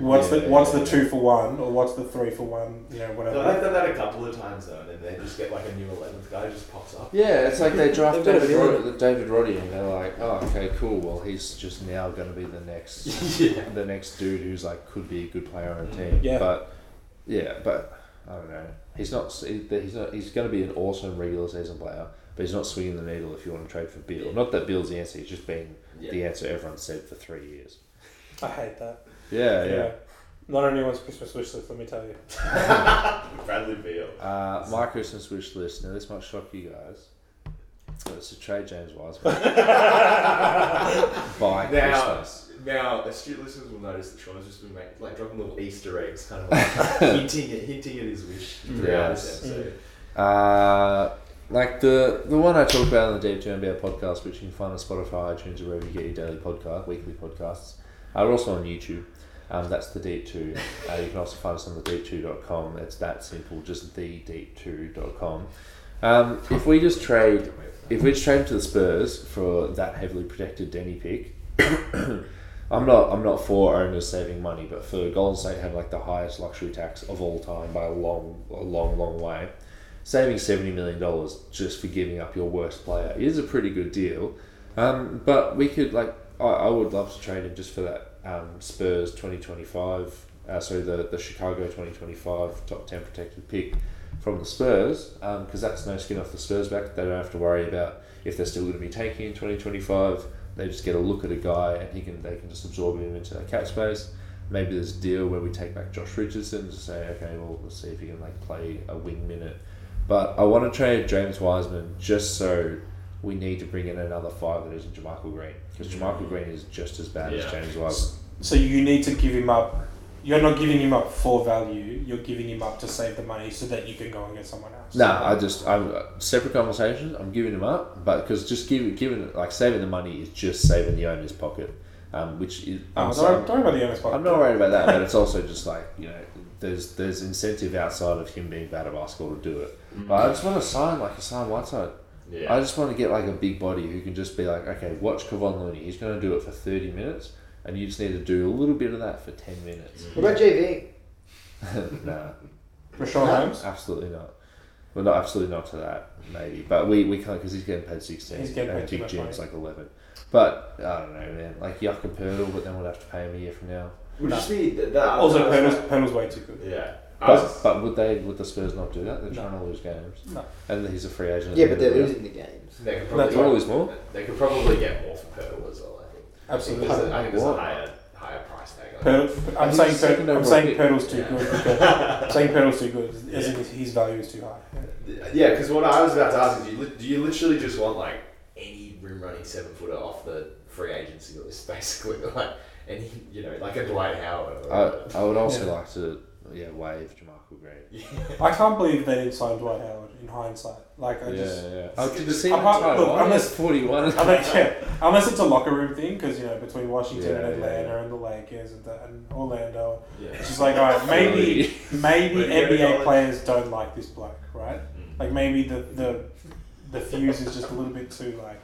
Speaker 3: What's
Speaker 5: Yeah,
Speaker 3: the what's
Speaker 5: yeah,
Speaker 3: the
Speaker 5: yeah.
Speaker 3: two for one or what's the three for one? You know, whatever.
Speaker 6: No, they've done that a couple of times though, and then they just get like a new eleventh guy who just pops up.
Speaker 5: Yeah, it's like they draft
Speaker 4: They've got
Speaker 5: David,
Speaker 4: a
Speaker 5: Rod- David Roddy, and they're like, "Oh, okay, cool. Well, he's just now going to be the next,
Speaker 6: yeah.
Speaker 5: the next dude who's like could be a good player on a team."
Speaker 3: Yeah.
Speaker 5: But yeah, but I don't know. He's not. s- he- He's not. He's going to be an awesome regular season player, but he's not swinging the needle if you want to trade for Bill. Not that Bill's the answer. He's just been
Speaker 6: Yeah.
Speaker 5: the answer everyone said for three years.
Speaker 3: I hate that.
Speaker 5: Yeah,
Speaker 3: Yeah.
Speaker 5: yeah.
Speaker 3: Not anyone's Christmas wish list. Let me tell you.
Speaker 6: Bradley Beal.
Speaker 5: Uh, my Christmas wish list. Now this might shock you guys. But it's to trade James Wiseman by
Speaker 6: Now-
Speaker 5: Christmas.
Speaker 6: Now, astute listeners will notice that Sean has just been making, like dropping little Easter eggs, kind of like hinting at hinting at his wish throughout
Speaker 5: Yes.
Speaker 6: this episode.
Speaker 5: Uh, like the the one I talk about on the Deep Two NBA podcast, which you can find on Spotify, iTunes, or wherever you get your daily podcast, weekly podcasts. Uh, we're also on YouTube. Um, that's the Deep Two. Uh, you can also find us on the Deep2.com. It's that simple, just the Deep2.com. Um, if we just trade, if we just trade him to the Spurs for that heavily protected Denny pick, I'm not I'm not for owners saving money, but for Golden State have like the highest luxury tax of all time by a long, a long, long way saving seventy million dollars just for giving up your worst player is a pretty good deal. Um, but we could like I, I would love to trade him just for that um, Spurs twenty twenty five. Uh, sorry, the the Chicago twenty twenty five top ten protected pick from the Spurs because that's no skin off the Spurs back. They don't have to worry about if they're still going to be tanking in twenty twenty five. They just get a look at a guy and he can they can just absorb him into their cap space maybe there's a deal where we take back Josh Richardson and just say, okay, well, let's see if he can like play a wing minute. But I want to trade James Wiseman just so we need to bring in another five that isn't Jermichael Green because Jermichael Green is just as bad as
Speaker 6: Yeah.
Speaker 5: James Wiseman.
Speaker 3: So you need to give him up. You're not giving him up for value. You're giving him up to save the money so that you can go and get someone else.
Speaker 5: No, I just I'm separate conversations. I'm giving him up, but because just giving giving it like saving the money is just saving the owner's pocket, um, which is
Speaker 3: Oh,
Speaker 5: I'm
Speaker 3: don't,
Speaker 5: sorry.
Speaker 3: don't worry about the honest part.
Speaker 5: I'm not worried about that, but it's also just like you know, there's there's incentive outside of him being bad at basketball to do it. But I just want to sign like a sign Whiteside.
Speaker 6: Mm. Yeah.
Speaker 5: I just want to get like a big body who can just be like, okay, watch Kevon Looney. He's going to do it for thirty minutes, and you just need to do a little bit of that for ten minutes.
Speaker 4: What about JV?
Speaker 5: nah,
Speaker 3: Rashawn
Speaker 6: Mm.
Speaker 3: Holmes.
Speaker 5: absolutely not. Well, not absolutely not to that, maybe. But we, we can't because he's getting paid sixteen.
Speaker 3: He's getting
Speaker 5: and
Speaker 3: paid too
Speaker 5: Big
Speaker 3: much
Speaker 5: Jim's like eleven. But I don't know, man. Like Yucca Purtle, but then we'll have to pay him a year from now.
Speaker 6: Would just be th- that
Speaker 3: Also,
Speaker 6: that-
Speaker 3: Penn Penn was way too good.
Speaker 6: Yeah. I
Speaker 5: But,
Speaker 6: was-
Speaker 5: but would they? Would the Spurs not do that? They're
Speaker 3: No.
Speaker 5: trying to lose games.
Speaker 3: No.
Speaker 5: And he's a free agent. at
Speaker 4: Yeah,
Speaker 5: the
Speaker 4: but
Speaker 5: end
Speaker 4: they're
Speaker 5: of the year.
Speaker 4: losing the games.
Speaker 6: they could
Speaker 3: That's
Speaker 5: Do you
Speaker 6: probably
Speaker 5: want to lose more?
Speaker 6: they could probably get more for Pirtle as well. I think.
Speaker 3: Absolutely.
Speaker 6: There's a- I think there's a
Speaker 5: What?
Speaker 6: higher higher price tag. on it.
Speaker 3: Pirtle, I'm
Speaker 5: He's
Speaker 3: saying
Speaker 5: the second
Speaker 3: Pirtle, I'm
Speaker 5: overall
Speaker 3: saying
Speaker 5: pick.
Speaker 3: Pirtle's too
Speaker 6: Yeah.
Speaker 3: good. Because, saying Pirtle's too good as in his, his value is too high.
Speaker 6: Yeah, because what I was about to ask is, do you, li- do you literally just want like any rim running seven footer off the free agency list, basically, like any you know, like a Dwight Howard? Or
Speaker 5: I, I would also
Speaker 3: Yeah.
Speaker 5: like to yeah waive Jamarcus Green.
Speaker 3: I can't believe they didn't sign Dwight Howard in hindsight. Like I
Speaker 5: Yeah,
Speaker 3: just.
Speaker 5: yeah. Oh, did you see
Speaker 3: Apart-
Speaker 5: that?
Speaker 3: look,
Speaker 5: Look,
Speaker 3: unless-
Speaker 5: forty-one.
Speaker 3: I mean, yeah, unless it's a locker room thing, because you know between Washington
Speaker 5: Yeah,
Speaker 3: and
Speaker 5: yeah,
Speaker 3: Atlanta
Speaker 5: yeah.
Speaker 3: and the Lakers and, the, and Orlando,
Speaker 6: yeah.
Speaker 3: it's just like all right, maybe Maybe
Speaker 6: We're gonna go
Speaker 3: NBA
Speaker 6: with-
Speaker 3: players don't like this bloke, right?
Speaker 5: Mm.
Speaker 3: Like maybe the, the the fuse is just a little bit too like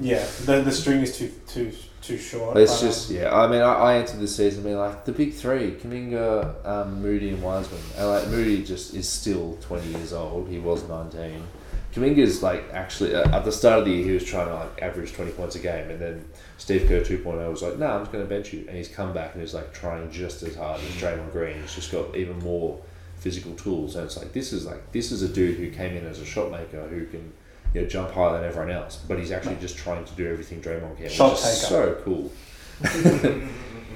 Speaker 3: yeah, the, the string is too too too short.
Speaker 5: It's
Speaker 3: but, um,
Speaker 5: just yeah. I mean, I, I entered the season being like the big three: Kaminga, um, Moody, and Wiseman. And like Moody just is still twenty years old. He was nineteen. Kaminga's like actually uh, at the start of the year he was trying to like average twenty points a game, and then Steve Kerr 2.0 was like, "No, nah, I'm just going to bench you," and he's come back and he's like trying just as hard
Speaker 3: Mm.
Speaker 5: as Draymond Green. He's just got even more physical tools, and it's like this is like this is a dude who came in as a shot maker who can you know, jump higher than everyone else, but he's actually just trying to do everything Draymond can, which
Speaker 3: Shot
Speaker 5: is
Speaker 3: taker.
Speaker 5: so cool.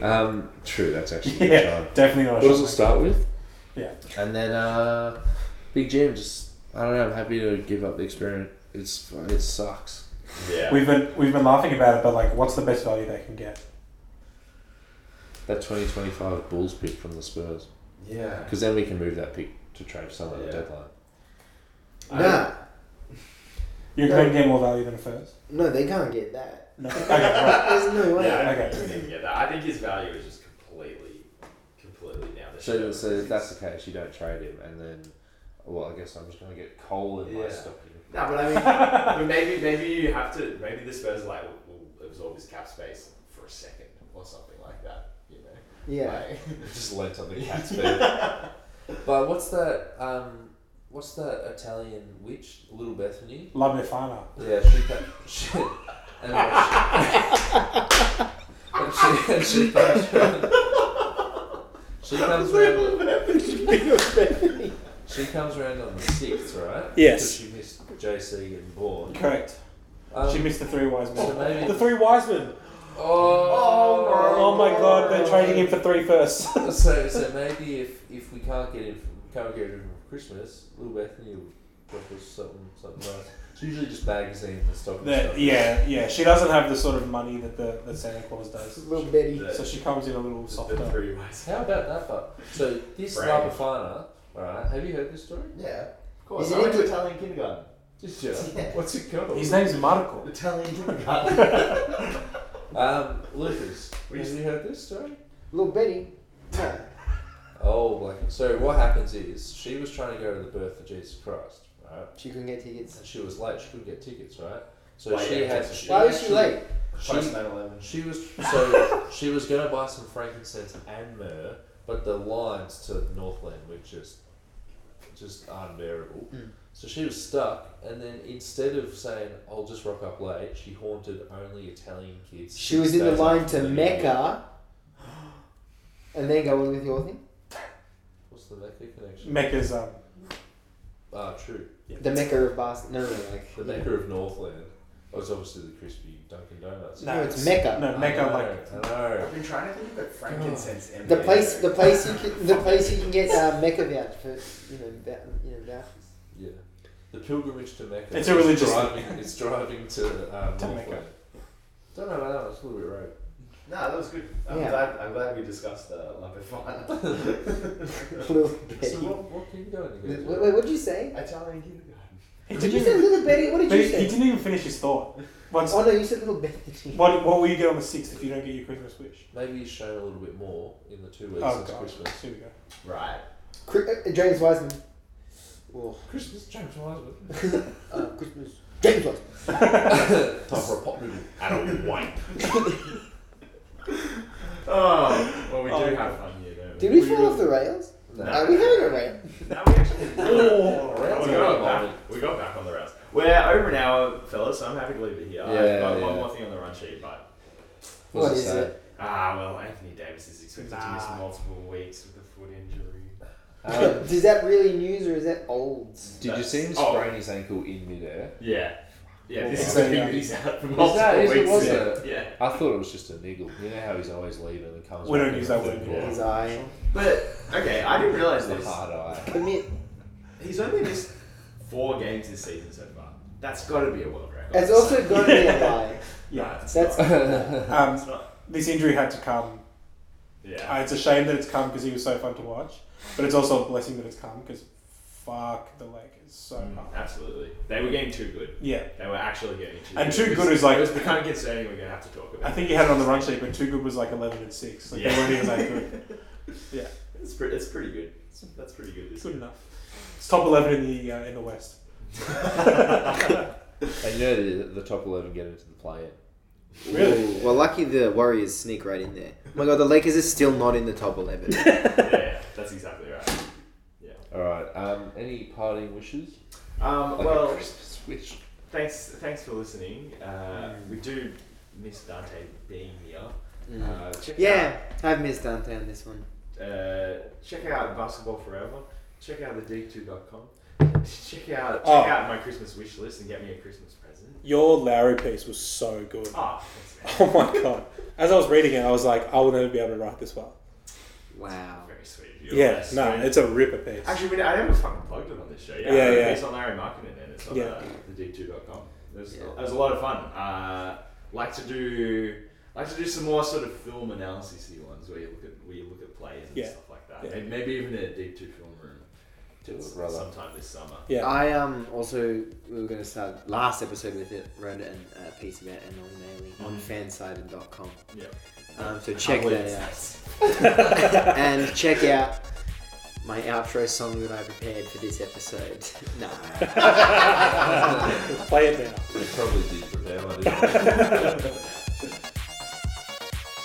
Speaker 5: um, true, that's actually a good
Speaker 3: Yeah,
Speaker 5: shot.
Speaker 3: definitely not.
Speaker 5: What
Speaker 3: a
Speaker 5: does
Speaker 3: shot
Speaker 5: it start with?
Speaker 3: Yeah.
Speaker 5: And then uh, Big Jim just I don't know. I'm happy to give up the experiment. It's it sucks.
Speaker 6: Yeah.
Speaker 3: We've been we've been laughing about it, but like, what's the best value they can get?
Speaker 5: That 2025 Bulls pick from the Spurs
Speaker 11: Yeah.
Speaker 5: because then we can move that pick to trade for someone at the
Speaker 11: Yeah.
Speaker 5: deadline.
Speaker 4: Nah,
Speaker 3: You're
Speaker 4: No.
Speaker 3: going to get more value than a first.
Speaker 4: no, they can't get that.
Speaker 3: No. Okay. Right.
Speaker 4: There's no way.
Speaker 6: Yeah, I don't
Speaker 3: Okay.
Speaker 6: think you can get that. I think his value is just completely, completely down the
Speaker 5: So,
Speaker 6: shitter.
Speaker 5: so if that's the case, you don't trade him, and then well, I guess I'm just gonna get coal in my
Speaker 11: Yeah.
Speaker 5: stocking.
Speaker 11: No, but I mean,
Speaker 6: but maybe, maybe you have to. Maybe the Spurs are like will absorb his cap space for a second or something like that. You know.
Speaker 4: Yeah.
Speaker 6: Like,
Speaker 5: Just lent on the cat's bed. but what's that? Um, what's that Italian witch? Little Bethany.
Speaker 3: La Befana.
Speaker 5: Yeah, she pa- she, and she, and she, and she comes round. She comes round. she comes round on the sixth, right?
Speaker 12: Yes.
Speaker 5: Because she missed JC getting born.
Speaker 3: Correct.
Speaker 5: Um,
Speaker 3: She missed the three wise
Speaker 5: so
Speaker 3: men.
Speaker 5: maybe.
Speaker 3: The three wise men.
Speaker 5: oh,
Speaker 3: Oh my god, they're trading him for three firsts.
Speaker 5: So, so maybe if, if we can't get him, from, can't get rid of him for Christmas, little Bethany will drop us something, something nice. It's usually just magazines and stuff. and
Speaker 3: The-
Speaker 5: stuff.
Speaker 3: yeah, yeah. She doesn't have the sort of money that the that Santa Claus does.
Speaker 4: Little Betty.
Speaker 6: the,
Speaker 3: So she comes in a little
Speaker 6: the, the
Speaker 3: softer.
Speaker 6: three wise.
Speaker 5: How about that part? So this
Speaker 6: Brave.
Speaker 5: Labafana, alright, have you heard this story?
Speaker 11: yeah. Of
Speaker 4: Is
Speaker 11: course.
Speaker 4: it
Speaker 11: I went to
Speaker 4: into-
Speaker 11: Italian kindergarten.
Speaker 5: Just yeah. What's it called?
Speaker 3: His name's Marco.
Speaker 11: Italian kindergarten.
Speaker 5: Um, Lucas, have you heard this story?
Speaker 4: Little Betty. No.
Speaker 5: Oh, like so. What happens is she was trying to go to the birth of Jesus Christ, right?
Speaker 4: She couldn't get tickets.
Speaker 5: And she was late. She couldn't get tickets, right? So
Speaker 11: Why,
Speaker 5: she
Speaker 11: yeah,
Speaker 5: had.
Speaker 11: that's a shame.
Speaker 4: Why was she late?
Speaker 11: Post
Speaker 5: She,
Speaker 11: 9 11.
Speaker 5: she was so she was gonna buy some frankincense and myrrh, but the lines to Northland were just just unbearable.
Speaker 4: Hmm.
Speaker 5: So she was stuck, and then instead of saying, "I'll just rock up late," she haunted only Italian kids.
Speaker 4: She was
Speaker 5: six
Speaker 4: in the
Speaker 5: days
Speaker 4: line
Speaker 5: after
Speaker 4: to
Speaker 5: the new year.
Speaker 4: Mecca. And then go on with your thing.
Speaker 5: What's the Mecca connection?
Speaker 3: Mecca's um.
Speaker 5: Ah, true.
Speaker 4: The Mecca of Boston. No, no, no, like.
Speaker 5: The Mecca of Northland was obviously the crispy Dunkin' Donuts.
Speaker 3: No,
Speaker 4: No, it's Mecca.
Speaker 3: No,
Speaker 5: I
Speaker 3: Mecca
Speaker 5: know,
Speaker 3: like.
Speaker 5: I know.
Speaker 11: I've been trying to think of that frankincense. and
Speaker 4: The
Speaker 11: myrrh.
Speaker 4: place, the place you can, the place you can get uh, Mecca vouch for, you know, vou- you know, vouchers.
Speaker 5: Yeah. The pilgrimage to Mecca.
Speaker 3: It's a
Speaker 5: is
Speaker 3: religious-
Speaker 5: Driving, it's driving to um,
Speaker 3: To
Speaker 5: Northland.
Speaker 3: Mecca.
Speaker 5: Don't know about that. It's a little bit rogue.
Speaker 11: No, that was good. I'm,
Speaker 4: Yeah.
Speaker 11: glad, I'm glad we discussed the Lampefana.
Speaker 4: Little
Speaker 5: So
Speaker 4: Betty.
Speaker 5: what, what can you go and
Speaker 4: Wait, wait, what did you say?
Speaker 11: Italian kindergarten.
Speaker 3: He
Speaker 4: Did
Speaker 3: didn't
Speaker 4: you say
Speaker 3: even,
Speaker 4: little Betty? What did
Speaker 3: but he,
Speaker 4: you
Speaker 3: he
Speaker 4: say?
Speaker 3: didn't even finish his thought. Once,
Speaker 4: Oh no, you said little Betty.
Speaker 3: what what will you get on the sixth if you don't get your Christmas wish?
Speaker 5: Maybe he's shown a little bit more in the two weeks
Speaker 3: Oh
Speaker 5: since
Speaker 3: god,
Speaker 5: Christmas.
Speaker 3: here we go.
Speaker 11: Right.
Speaker 4: Cri- uh, James Wiseman. Oh,
Speaker 5: Christmas, James Wiseman.
Speaker 4: uh, Christmas. James Wiseman.
Speaker 5: Time for a pop noodle.
Speaker 6: Adult wipe.
Speaker 11: Oh.
Speaker 6: Well, we do
Speaker 3: Oh.
Speaker 6: have fun here, don't we?
Speaker 4: Did we fall off the rails?
Speaker 5: No.
Speaker 4: Are we having a rail?
Speaker 6: Now we actually.
Speaker 5: Oh, round's
Speaker 6: we,
Speaker 5: going,
Speaker 6: got back,
Speaker 5: Marvin.
Speaker 6: we got back on the rails. We're over an hour, fellas, so I'm happy to leave it here.
Speaker 5: Yeah,
Speaker 6: I've got
Speaker 5: yeah.
Speaker 6: one more thing on the run sheet, but.
Speaker 4: What
Speaker 5: What's
Speaker 4: is
Speaker 5: say?
Speaker 4: it?
Speaker 6: Ah, well, Anthony Davis is expected to miss
Speaker 3: Nah.
Speaker 6: multiple weeks with a foot injury.
Speaker 5: Um,
Speaker 4: Is that really news or is that old?
Speaker 5: did you see him
Speaker 6: Oh.
Speaker 5: sprain his ankle in midair?
Speaker 6: Yeah. Yeah, this is
Speaker 3: Well,
Speaker 6: the
Speaker 3: yeah.
Speaker 6: thing he's out for multiple
Speaker 5: is it-
Speaker 6: weeks.
Speaker 5: was
Speaker 6: yeah.
Speaker 5: it?
Speaker 6: yeah.
Speaker 5: I thought it was just a niggle. You know how he's always leaving and comes.
Speaker 3: We
Speaker 5: back
Speaker 3: don't
Speaker 5: in
Speaker 3: use
Speaker 5: the
Speaker 3: that
Speaker 5: third
Speaker 3: word.
Speaker 5: quarter.
Speaker 4: His eye.
Speaker 6: But, okay, I didn't realise
Speaker 5: The
Speaker 6: this.
Speaker 5: hard eye.
Speaker 4: Commit.
Speaker 6: He's only missed four games this season so far. That's got to be a world record.
Speaker 4: It's also got to be a lie.
Speaker 6: yeah, it's
Speaker 4: That's
Speaker 6: not.
Speaker 3: Um,
Speaker 6: It's not.
Speaker 3: this injury had to come.
Speaker 6: Yeah.
Speaker 3: Uh, it's a shame that it's come because he was so fun to watch, but it's also a blessing that it's come because fuck the Lakers so hard.
Speaker 6: Absolutely. They were getting too good.
Speaker 3: Yeah,
Speaker 6: They were actually getting too
Speaker 3: And
Speaker 6: good.
Speaker 3: too
Speaker 6: It
Speaker 3: good is like-
Speaker 6: It was becoming concerning we're going to have to talk about.
Speaker 3: I think he had it on the run sheet, but Too Good was like eleven and six. Like they
Speaker 6: Yeah.
Speaker 3: weren't even that good.
Speaker 6: It's, pre- it's pretty good. It's, that's pretty good this
Speaker 3: Good
Speaker 6: year.
Speaker 3: enough. It's top eleven in the uh, in the West.
Speaker 5: And you know the, the top eleven get into the play.
Speaker 3: Really?
Speaker 4: Well, lucky the Warriors sneak right in there. Oh my god, the Lakers are still not in the top 11.
Speaker 6: yeah, that's exactly right.
Speaker 5: All right. Um, any parting wishes?
Speaker 6: Um,
Speaker 5: Like a
Speaker 6: well,
Speaker 5: Christmas wish.
Speaker 6: thanks thanks for listening. Uh,
Speaker 3: Mm.
Speaker 6: we do miss Dante being here. Uh,
Speaker 3: Mm.
Speaker 6: check
Speaker 4: yeah, I've missed Dante on this one.
Speaker 6: out, uh, check out Basketball Forever. Check out the dig2.com. Check out, check
Speaker 3: Oh.
Speaker 6: out my Christmas wish list and get me a Christmas present.
Speaker 3: Your Lowry piece was so good.
Speaker 6: Ah,
Speaker 3: Oh my god. As I was reading it, I was like, I will never be able to write this well.
Speaker 4: Wow.
Speaker 6: Very sweet. of you.
Speaker 3: Yeah,
Speaker 6: That's
Speaker 3: no,
Speaker 6: sweet.
Speaker 3: it's a ripper piece.
Speaker 6: Actually, we, I never fucking plugged it on this show. Yeah,
Speaker 3: Yeah,
Speaker 6: yeah.
Speaker 3: yeah.
Speaker 6: It's on Larry Marketing and it's on
Speaker 3: Yeah.
Speaker 6: uh, the D2.com. It was, it was a lot of fun. Uh, like to do like to do some more sort of film analysis ones where you look at where you look at plays and
Speaker 3: Yeah.
Speaker 6: stuff like that.
Speaker 3: Yeah.
Speaker 6: Maybe, maybe even a deep two film room
Speaker 5: Do it,
Speaker 6: s-
Speaker 5: brother.
Speaker 6: sometime this summer.
Speaker 3: Yeah.
Speaker 4: I um also we were gonna start last episode with it wrote an uh, piece about Anon Maley on fansided.com.
Speaker 6: Yeah.
Speaker 4: Um, so check
Speaker 6: believe
Speaker 4: that out. and check out my outro song that I prepared for this episode. no.
Speaker 3: Play it now.
Speaker 5: Probably did prepare one. didn't I?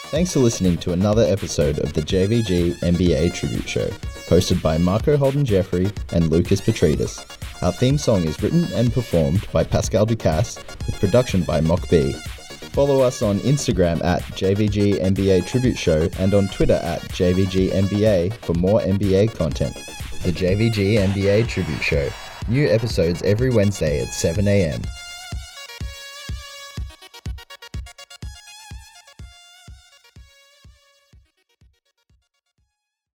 Speaker 13: Thanks for listening to another episode of the JVG NBA Tribute Show, hosted by Marco Holden Jeffrey and Lucas Petridis. Our theme song is written and performed by Pascal Ducasse, with production by Mock B. Follow us on Instagram at JVG NBA Tribute Show and on Twitter at JVG NBA for more NBA content. The JVG NBA Tribute Show. New episodes every Wednesday at 7 a.m.